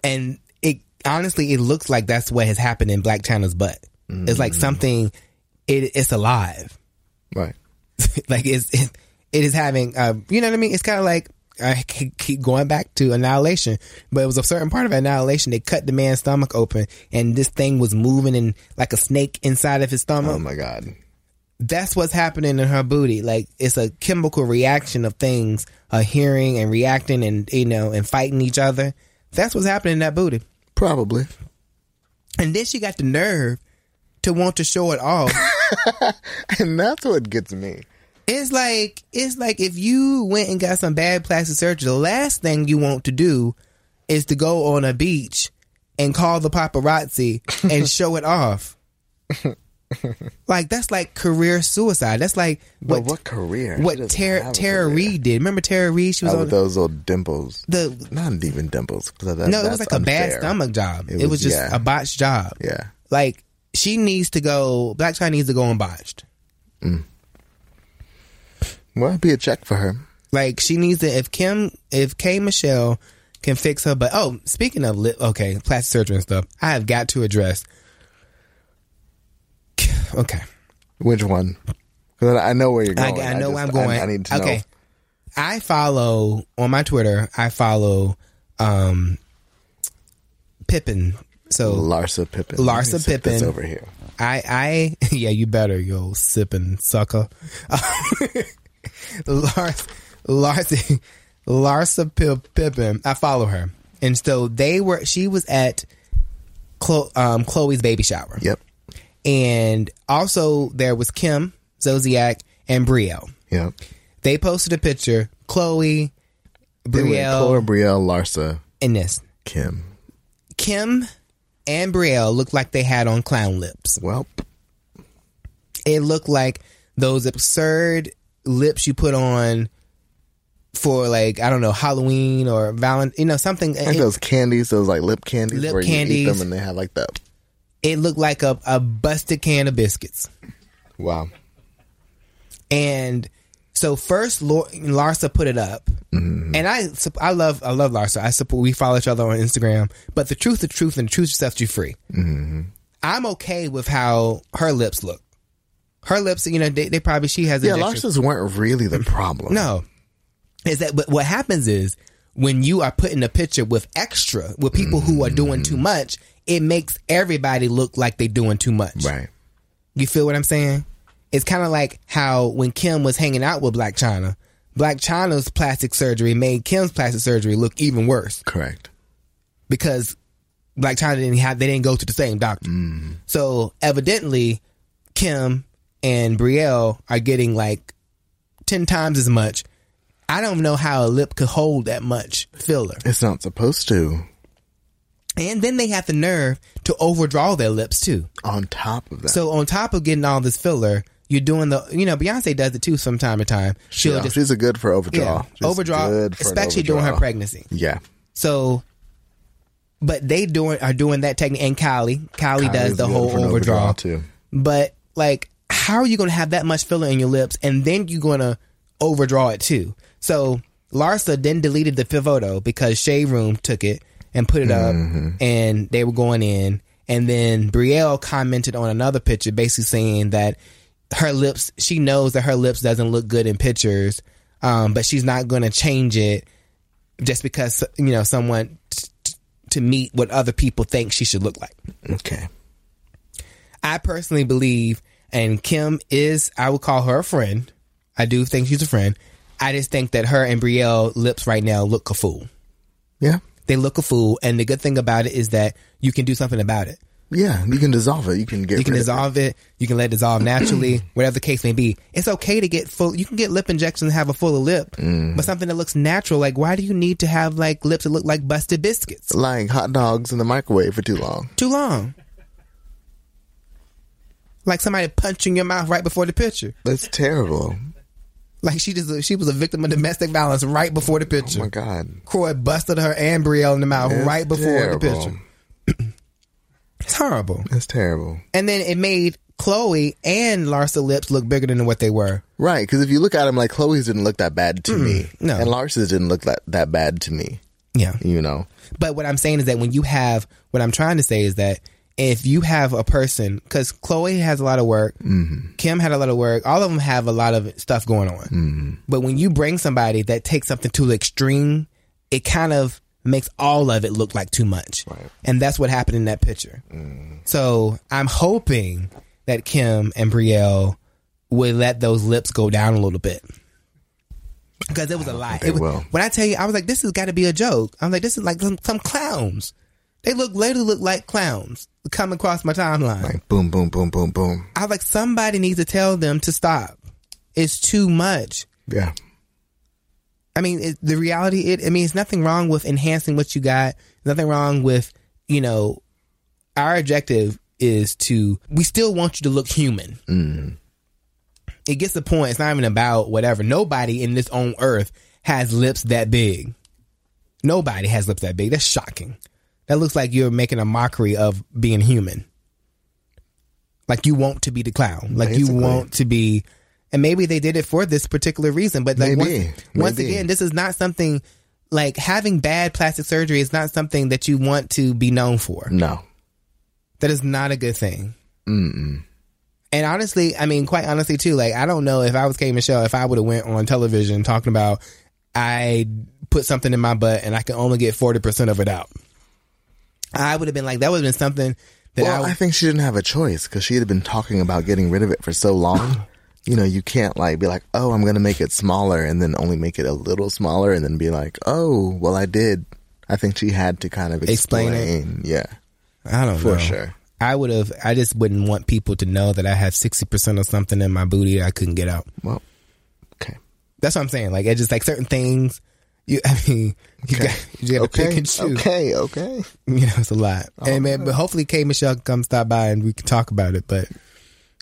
and it honestly it looks like that's what has happened in Black China's butt. It's like something it it's alive. Right. like it's it, it is having uh, you know what I mean? It's kind of like I ke- keep going back to annihilation, but it was a certain part of annihilation. They cut the man's stomach open, and this thing was moving in like a snake inside of his stomach. Oh my god. That's what's happening in her booty. Like it's a chemical reaction of things, uh, hearing and reacting, and you know, and fighting each other. That's what's happening in that booty. Probably. And then she got the nerve to want to show it off. And that's what gets me. it's like it's like if you went and got some bad plastic surgery, the last thing you want to do is to go on a beach and call the paparazzi and show it off. like that's like career suicide. That's like But what what, career? She what doesn't Tara have a Tara career. Reed did. Remember Tara Reed? She was Oh, on with those old dimples. the Not even dimples. 'cause that- no. It was that's like a bad unfair. stomach job. It It was, was- just yeah. a botched job. Yeah. Like she needs to go. Black China needs to go on botched. Well, it'd be a check for her. Like she needs to. If Kim, if K Michelle can fix her, but oh, speaking of lip, okay, plastic surgery and stuff, I have got to address. Okay, Which one? Because I I know where you're I, going. I know where I'm just- going. I, I need to know. okay, I follow on my Twitter. I follow um Pippin. So Larsa Pippen. Larsa Let me sit this Pippen. over here. I, I, yeah, you better, you old sipping sucker. Lars, Lars, Larsa Pip, Pippen. I follow her, and so they were. She was at Chlo, um, Chloe's baby shower, Yep. and also there was Kim Zodiac and Brielle. Yep. They posted a picture. Chloe, They went Chloe, Brielle, Brielle, Larsa, and this Kim. Kim and Brielle looked like they had on clown lips. Well, it looked like those absurd lips you put on for like I don't know Halloween or Valentine, you know something. and It, those candies, those like lip candies, Lip where you eat them candies. and they have like the it looked like a, a busted can of biscuits. wow. And so first, Lor- Larsa put it up, and I sup- I love I love Larsa. I support. We follow each other on Instagram. But the truth, the truth, and the truth sets you free. I'm okay with how her lips look. Her lips, you know, they, they probably she has Yeah, injections. Larsa's weren't really the problem. No, is that but what happens is when you are put in a picture with extra with people who are doing too much, it makes everybody look like they're doing too much. Right. You feel what I'm saying? It's kind of like how when Kim was hanging out with Black China, Black China's plastic surgery made Kim's plastic surgery look even worse Correct. because Black China didn't have they didn't go to the same doctor. Mm-hmm. So evidently, Kim and Brielle are getting like ten times as much. I don't know how a lip could hold that much filler. It's not supposed to. And then they have the nerve to overdraw their lips too. On top of that, So on top of getting all this filler, you're doing the you know Beyonce does it too from time to time. She'll Yeah, just she's a good for overdraw. yeah, She's overdraw, good for an especially during her overdraw. pregnancy. Yeah, So, but they doing are doing that technique, and Kylie, Kylie does Kylie's the good whole for an overdraw. too. But like, how are you going to have that much filler in your lips, and then you're going to overdraw it too? So Larsa then deleted the photo because Shade Room took it and put it up, and they were going in. And then Brielle commented on another picture, basically saying that her lips, she knows that her lips doesn't look good in pictures, um, but she's not going to change it just because you know someone t- t- to meet what other people think she should look like. Okay, I personally believe, and Kim is, I would call her a friend. I do think she's a friend. I just think that her and Brielle lips right now look a fool. yeah, They look a fool, and the good thing about it is that you can do something about it. yeah. You can dissolve it. You can get. You can rid of it. dissolve it. You can let it dissolve naturally, whatever the case may be. It's okay to get full. You can get lip injections and have a fuller lip, but something that looks natural. Like, why do you need to have like lips that look like busted biscuits? Like hot dogs in the microwave for too long. Too long. like somebody punched you in your mouth right before the picture. That's terrible. Like she just she was a victim of domestic violence right before the Oh picture. my god. Croy busted her and Brielle in the mouth That's Uh, right before the terrible. picture. It's horrible. That's terrible. And then it made Chloe and Larsa lips look bigger than what they were. Right, because if you look at him, like Chloe's didn't look that bad to me, Mm, no. and Lars's didn't look that, that bad to me. Yeah. You know, But what I'm saying is that when you have, what I'm trying to say is that if you have a person, because Chloe has a lot of work, Kim had a lot of work, all of them have a lot of stuff going on. Mm-hmm. But when you bring somebody that takes something to the extreme, it kind of makes all of it look like too much. And that's what happened in that picture. Mm-hmm. So I'm hoping that Kim and Brielle would let those lips go down a little bit. Because it was a lot. they It was- will. When I tell you, I was like, this has got to be a joke. I'm like, this is like some, some clowns. They look later look like clowns come across my timeline. like boom, boom, boom, boom, boom. I was like, somebody needs to tell them to stop. It's too much. Yeah, I mean, it, the reality. It. I mean, it's nothing wrong with enhancing what you got. Nothing wrong with you know. Our objective is to. We still want you to look human. Mm-hmm. It gets the point. It's not even about whatever. Nobody in this on earth has lips that big. Nobody has lips that big. That's shocking. That looks like you're making a mockery of being human. Like you want to be the clown. Like Basically. you want to be. And maybe they did it for this particular reason, but like Maybe. once, once Maybe. again, this is not something like having bad plastic surgery is not something that you want to be known for. no, That is not a good thing. Mm-mm. And honestly, I mean, quite honestly too, like I don't know if I was Kay Michelle, if I would have went on television talking about I put something in my butt and I can only get forty percent of it out. I would have been like, that would have been something that Well, I, I think she didn't have a choice because she had been talking about getting rid of it for so long. you know, you can't like be like, oh, I'm going to make it smaller and then only make it a little smaller and then be like, oh, well, I did. I think she had to kind of explain. Explain it. Yeah, I don't for know. sure. I would have. I just wouldn't want people to know that I have sixty percent of something in my booty that I couldn't get out. Well, okay. That's what I'm saying. Like it's just like certain things. You, I mean, you got you got to pick Okay. and choose. Okay. Oh, Okay. You know, it's a lot. and man, but hopefully, K Michelle can come stop by and we can talk about it. But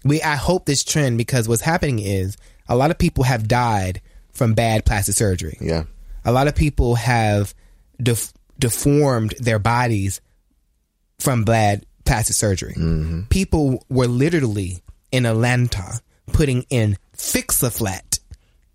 we, I hope this trend because what's happening is a lot of people have died from bad plastic surgery. Yeah. A lot of people have def- deformed their bodies from bad plastic surgery. People were literally in Atlanta putting in fix a flat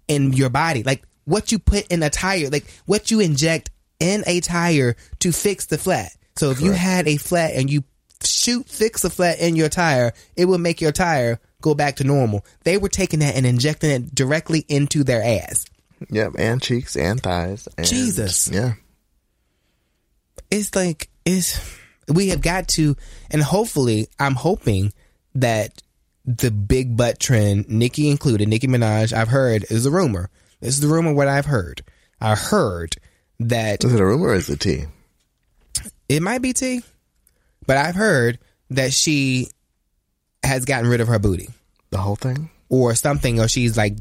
in your body. Like what you put in a tire, like what you inject in a tire to fix the flat. So if you had a flat and you shoot fix a flat in your tire, it will make your tire go back to normal. They were taking that and injecting it directly into their ass. Yep. And cheeks and thighs. And, Jesus. Yeah. it's like it's we have got to and hopefully I'm hoping that the big butt trend, Nicki included, Nicki Minaj, I've heard is a rumor. This is the rumor what I've heard. I heard that Is it a rumor or is it tea? it might be T, but I've heard that she has gotten rid of her booty The whole thing? or something, or she's like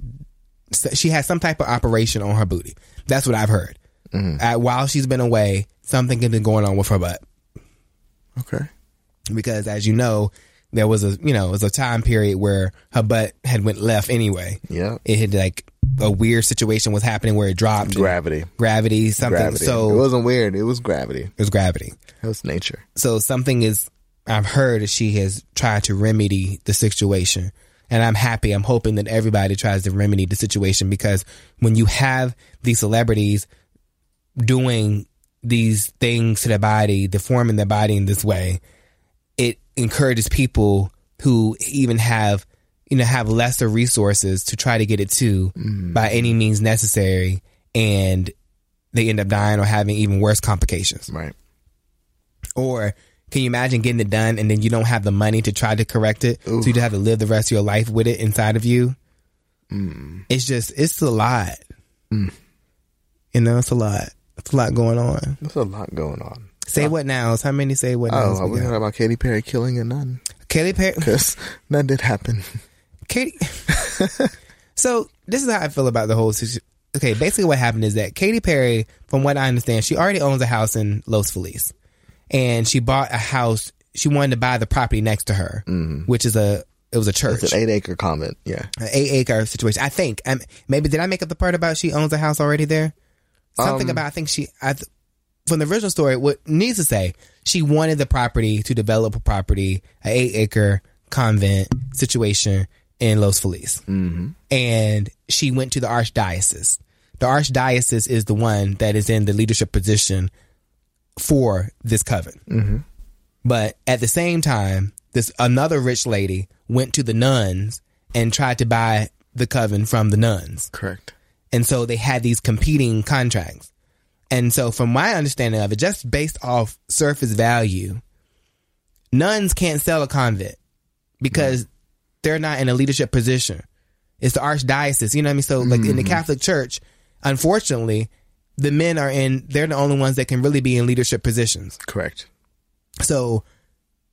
she has some type of operation on her booty. That's what I've heard. Uh, while she's been away, something has been going on with her butt. Okay. because as you know there was a you know it was a time period where her butt had went left anyway Yeah. it had like a weird situation was happening where it dropped Gravity. gravity something Gravity. so it it was, wasn't weird. It was gravity. gravity It was nature. so something is i've heard that she has tried to remedy the situation and i'm happy i'm hoping that everybody tries to remedy the situation because when you have these celebrities doing these things to their body deforming their body in this way it encourages people who even have you know have lesser resources to try to get it to by any means necessary and they end up dying or having even worse complications Right. or can you imagine getting it done and then you don't have the money to try to correct it, so you have to live the rest of your life with it inside of you? It's just, it's a lot. You know, it's a lot. It's a lot going on. There's a lot going on. Say what nows? How many say what nows? Oh, I was we talking got? about Katy Perry killing a nun Katy Perry. because that did happen. Katy. so this is how I feel about the whole situation. Okay, basically what happened is that Katy Perry, from what I understand, she already owns a house in Los Feliz, and she bought a house. She wanted to buy the property next to her, which Mm-hmm. is a It was a church, It's an eight acre convent. Yeah. an eight acre situation. I think. Um, maybe did I make up the part about she owns a house already there? Something about I think she. I th- from the original story, what needs to say she wanted the property to develop a property, an eight acre convent situation in Los Feliz, mm-hmm. and she went to the archdiocese. The archdiocese is the one that is in the leadership position for this coven. But at the same time, this another rich lady went to the nuns and tried to buy the coven from the nuns. Correct. And so they had these competing contracts. And so from my understanding of it, just based off surface value, nuns can't sell a convent because they're not in a leadership position. It's the archdiocese, you know what I mean? So like in the Catholic Church, unfortunately, the men are in they're the only ones that can really be in leadership positions. Correct. So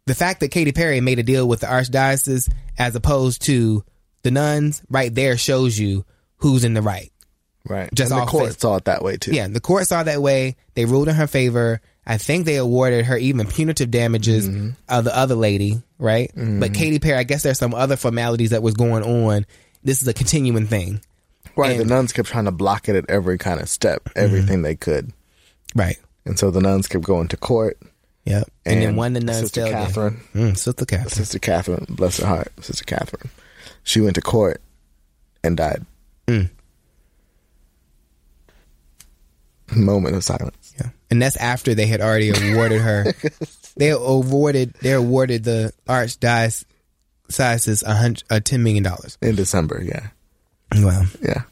the fact that Katy Perry made a deal with the archdiocese as opposed to the nuns right there shows you who's in the right. Right. Just and the off court face- saw it that way too. Yeah, the court saw that way. They ruled in her favor. I think they awarded her even punitive damages of the other lady, right? But Katy Perry, I guess there's some other formalities that was going on. This is a continuing thing. Right. the And- Mm-hmm. nuns kept trying to block it at every kind of step, everything they could. Right. And so the nuns kept going to court. Yep. And, then one of the nuns Sister still Catherine. Mm, Sister Catherine. Sister Catherine, bless her heart, Sister Catherine. She went to court and died. Mm. Moment of silence. Yeah. And that's after they had already awarded her. they awarded they awarded the archdiocese a hundred uh, ten million dollars. In December, yeah. Wow. Yeah.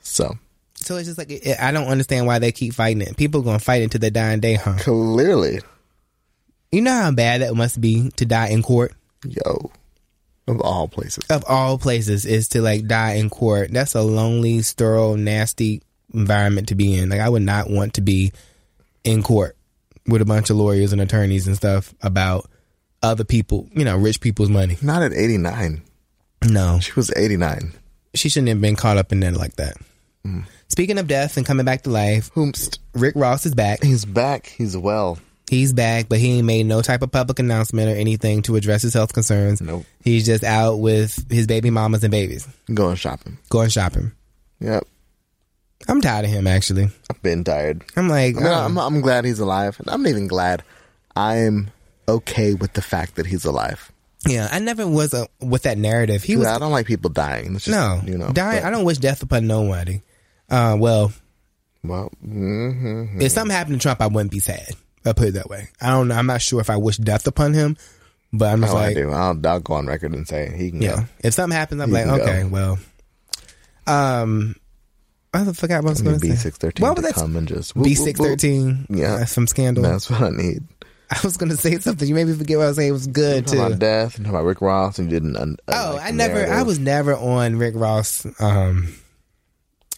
So So it's just like it, I don't understand why they keep fighting it. People gonna fight it to the dying day, huh? clearly, You know how bad that must be to die in court. yo, of all places. Of all places, is to like die in court. That's a lonely, sterile, nasty environment to be in. Like I would not want to be in court with a bunch of lawyers and attorneys and stuff about other people, you know, rich people's money. Not at 89. No. She was 89. she shouldn't have been caught up in that like that. Mm. Speaking of death and coming back to life, Whoomst. Rick Ross is back. He's back. He's well. He's back, but he ain't made no type of public announcement or anything to address his health concerns. Nope. He's just out with his baby mamas and babies, Going shopping. going shopping. Yep. I'm tired of him actually. I've been tired. I'm like, I mean, oh, I'm, I'm glad he's alive. And I'm not even glad. I'm okay with the fact that he's alive. yeah, I never was a, with that narrative. He was I don't like people dying. It's just, no you know, dying. but- I don't wish death upon nobody. Uh, well, Well, mhm. if something happened to Trump, I wouldn't be sad. I will put it that way. I don't. know. I'm not sure if I wish death upon him, but I'm no, just Oh, I like, do. I'll, I'll go on record and say he can Yeah. go. If something happens, I'm You like, can go. okay, well, um, I forgot what I was I going need to say. B613 Well, but to that's come and just whoop, B whoop, whoop. six thirteen. Yeah. Yeah, some scandal. That's what I need. I was going to say something. You made me forget what I was saying. It was good Talking about too. death and talking about Rick Ross and you didn't. Un- Oh, unlike I the never. I narrative. was never on Rick Ross. Um,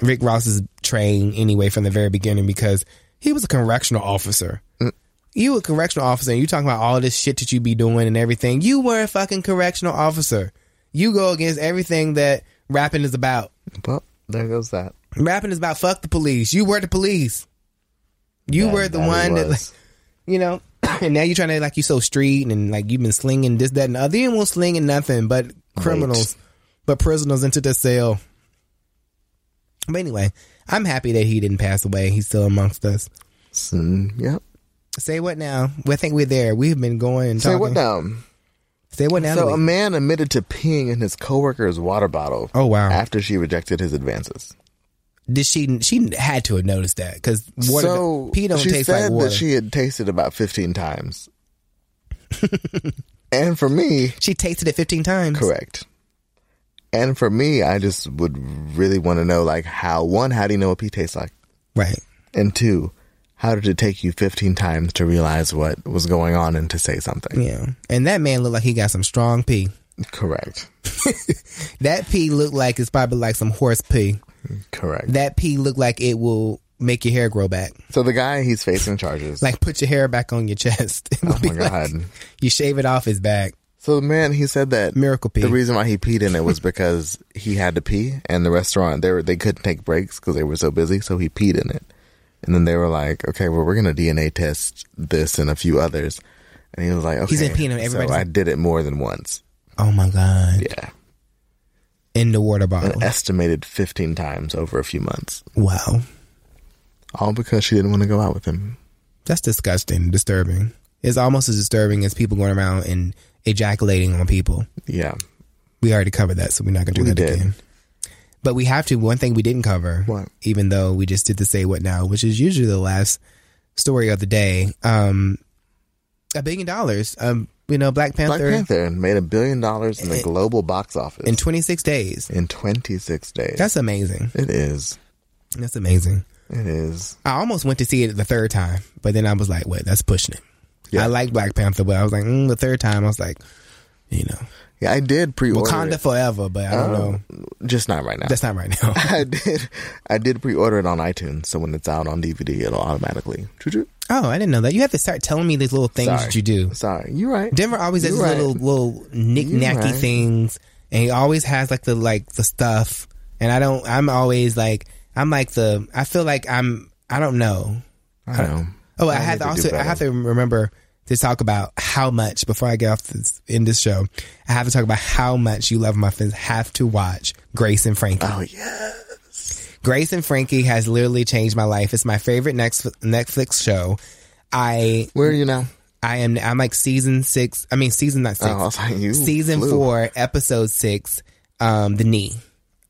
Rick Ross's train anyway from the very beginning because he was a correctional officer. Mm. You a correctional officer, and you talking about all this shit that you be doing and everything. You were a fucking correctional officer. You go against everything that rapping is about. Well, there goes that. rapping is about fuck the police. You were the police. You And were the that he one that, like, was. you know. And now you're trying to like you so street and like you've been slinging this, that, and the other. You won't slinging nothing but criminals, but prisoners into the cell. But anyway, I'm happy that he didn't pass away. He's still amongst us. Mm, yep. Say what now? Well, I think we're there. We've been going and Say talking. what now? Say what now? So um, Louis? a man admitted to peeing in his coworker's water bottle. Oh, wow. After she rejected his advances. Did she? She had to have noticed that because water so pee don't she taste said like water. that She, she had tasted about fifteen times. and for me, tasted it 15 times. correct. And for me, I just would really want to know, like, how one, how do you know what pee tastes like? Right. And two, how did it take you 15 times to realize what was going on and to say something? Yeah. And that man looked like he got some strong pee. Correct. That pee looked like it's probably like some horse pee. Correct. That pee looked like it will make your hair grow back. so the guy, he's facing charges. Like put your hair back on your chest. It would Oh be my like- God. you shave it off his back. so the man, he said that Miracle pee. The reason why he peed in it was because he had to pee, and the restaurant they were, they couldn't take breaks because they were so busy, so he peed in it. And then they were like, "Okay, well, we're gonna DNA test this and a few others." And he was like, "Okay." He's been peeing on so everybody's- I did it more than once. Oh my god! Yeah. In the water bottle. An estimated 15 times over a few months. Wow, All because she didn't want to go out with him. that's disgusting. Disturbing. It's almost as disturbing as people going around and ejaculating on people. Yeah. We already covered that, so we're not going to do We that did. again. But we have to. One thing we didn't cover, What? even though we just did the say what now, which is usually the last story of the day. Um, a billion dollars. Um, you know, Black Panther, Black Panther made a billion dollars in the global box office in 26 days. in 26 days. That's amazing. it is. That's amazing. It is. I almost went to see it the third time, but then I was like, "Wait, that's pushing it." Yeah. I like Black Panther, but I was like, mm, the third time, I was like, you know, Yeah, Oh. I did pre-order Wakanda it. forever, but I don't know. Just not right now. That's not right now. I did. I did pre-order it on iTunes, so when it's out on DVD, it'll automatically. Choo-choo. oh, I didn't know that. You have to start telling me these little things Sorry. that you do. Sorry, you're right. Denver always has You're these right. little little knick-knacky You're right. things, and he always has like the like the stuff. And I don't. I'm always like I'm like the. I feel like I'm. I don't know. I know. Oh, I, I had to need to do also I better. have to remember to talk about how much before I get off this in this show. I have to talk about how much you love muffins have to watch Grace and Frankie. Oh yeah. Grace and Frankie has literally changed my life. It's my favorite next Netflix show. I Where are you now? I am I'm like season six. I mean season not six. Oh, I was like, you season flew. four, episode six. Um, the knee.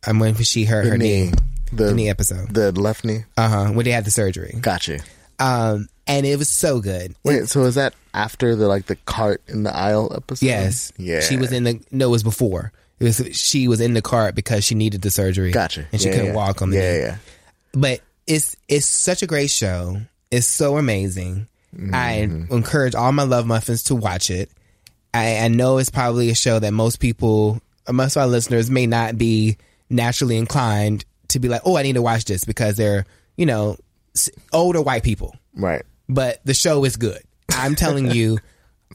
I'm waiting for she her The her knee. knee. The, knee episode. The left knee. Uh huh. When they had the surgery. Got you. Um, and it was so good. Wait, so is that after the like the cart in the aisle episode? Yes. Yeah. She was in the no, it was before. It was she was in the cart because she needed the surgery. Gotcha. And she Yeah, couldn't yeah. walk on the Yeah, knee. yeah. But it's it's such a great show. It's so amazing. I encourage all my love muffins to watch it. I, I know it's probably a show that most people, most of our listeners, may not be naturally inclined to be like, "Oh, I need to watch this" because they're, you know, s- older white people Right. but the show is good. I'm telling you,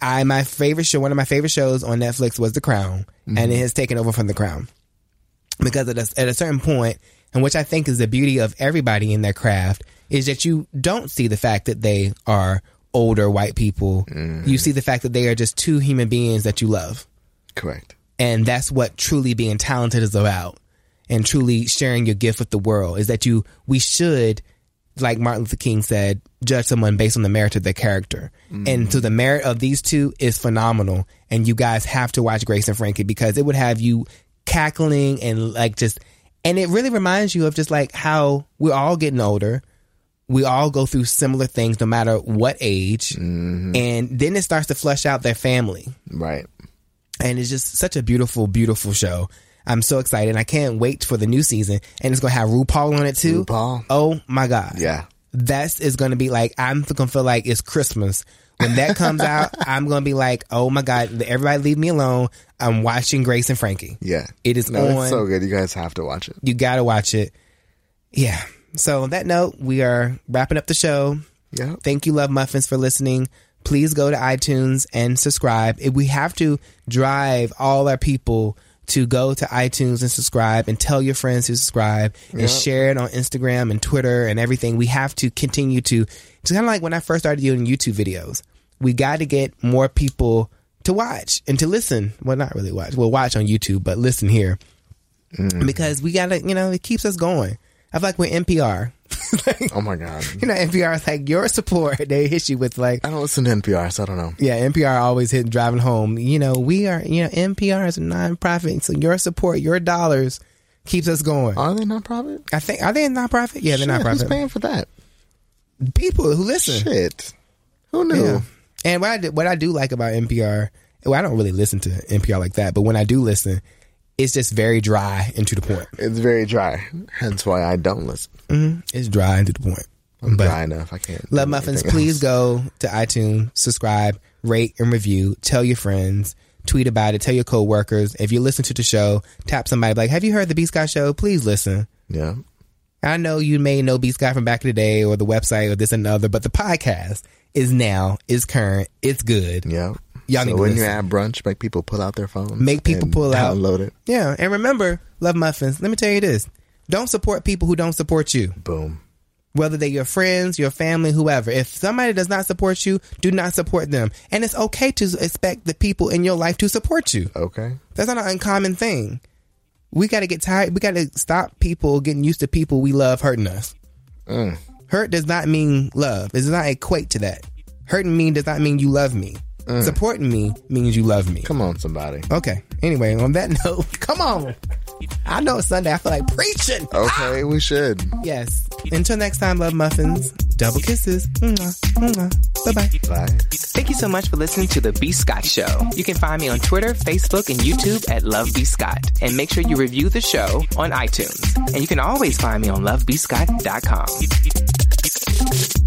I my favorite show, one of my favorite shows on Netflix was The Crown, and it has taken over from The Crown because at a, at a certain point, and which I think is the beauty of everybody in their craft, is that you don't see the fact that they are older white people. You see the fact that they are just two human beings that you love Correct. and that's what truly being talented is about and truly sharing your gift with the world is that you we should like martin luther king said judge someone based on the merit of their character and so the merit of these two is phenomenal and you guys have to watch grace and frankie because it would have you cackling and like just and it really reminds you of just like how we're all getting older we all go through similar things no matter what age and then it starts to flush out their family Right. and it's just such a beautiful, beautiful show. I'm so excited. and I can't wait for the new season, and it's gonna have RuPaul on it too. RuPaul. Oh my god. Yeah. That's is gonna be like I'm gonna feel like it's Christmas when that comes out. I'm gonna be like, oh my god, everybody leave me alone. I'm watching Grace and Frankie. Yeah. It is No, on. it's so good. You guys have to watch it. You gotta watch it. Yeah. So on that note, we are wrapping up the show. Yeah. Thank you, Love Muffins, for listening. Please go to iTunes and subscribe. If we have to drive all our people to go to iTunes and subscribe and tell your friends to subscribe and share it on Instagram and Twitter and everything. We have to continue to, it's kind of like when I first started doing YouTube videos. We got to get more people to watch and to listen. Well, not really watch. Well, watch on YouTube, but listen here because we got to, you know, it keeps us going. I feel like we're NPR. Oh my god. You know, NPR is like your support. They hit you with like, I don't listen to NPR, so I don't know. yeah, NPR always hit driving home. You know, we are, you know, NPR is a nonprofit. So your support, your dollars keeps us going. Are they nonprofit? I think, are they a nonprofit? Yeah, they're Shit, Who's nonprofit. paying for that? People who listen. Shit. Who knew? Yeah. And what I do, what I do like about NPR, well, I don't really listen to NPR like that, but when I do listen, it's just very dry and to the point. It's very dry. Hence why I don't listen. It's dry and to the point. I'm But- Mm-hmm. dry enough. I can't. do Love Muffins, anything please else. go to iTunes, subscribe, rate, and review. Tell your friends, tweet about it, tell your coworkers. If you listen to the show, tap somebody like, Have you heard the Beast Guy show? Please listen. Yeah. I know you may know Beast Guy from back in the day or the website or this and the other, but the podcast is now, is current, it's good. Yeah. Y'all so need to when listen. you have brunch, make people pull out their phones. Make people and pull out- Download it. Yeah. And remember, Love Muffins, let me tell you this. Don't support people who don't support you. Boom. whether they're your friends, your family, whoever. If somebody does not support you, do not support them. And it's okay to expect the people in your life to support you. Okay. That's not an uncommon thing. We got to get tired. We got to stop people getting used to people we love hurting us. Hurt does not mean love. It does not equate to that. Hurting me does not mean you love me. Supporting me means you love me. Come on, somebody. Okay. Anyway, on that note, come on. I know it's Sunday. I feel like preaching. Okay, we should. Yes. Until next time, love muffins. Double kisses. Bye bye. Bye. Thank you so much for listening to The B Scott Show. You can find me on Twitter, Facebook, and YouTube at Love B Scott. And make sure you review the show on iTunes. And you can always find me on lovebscott.com.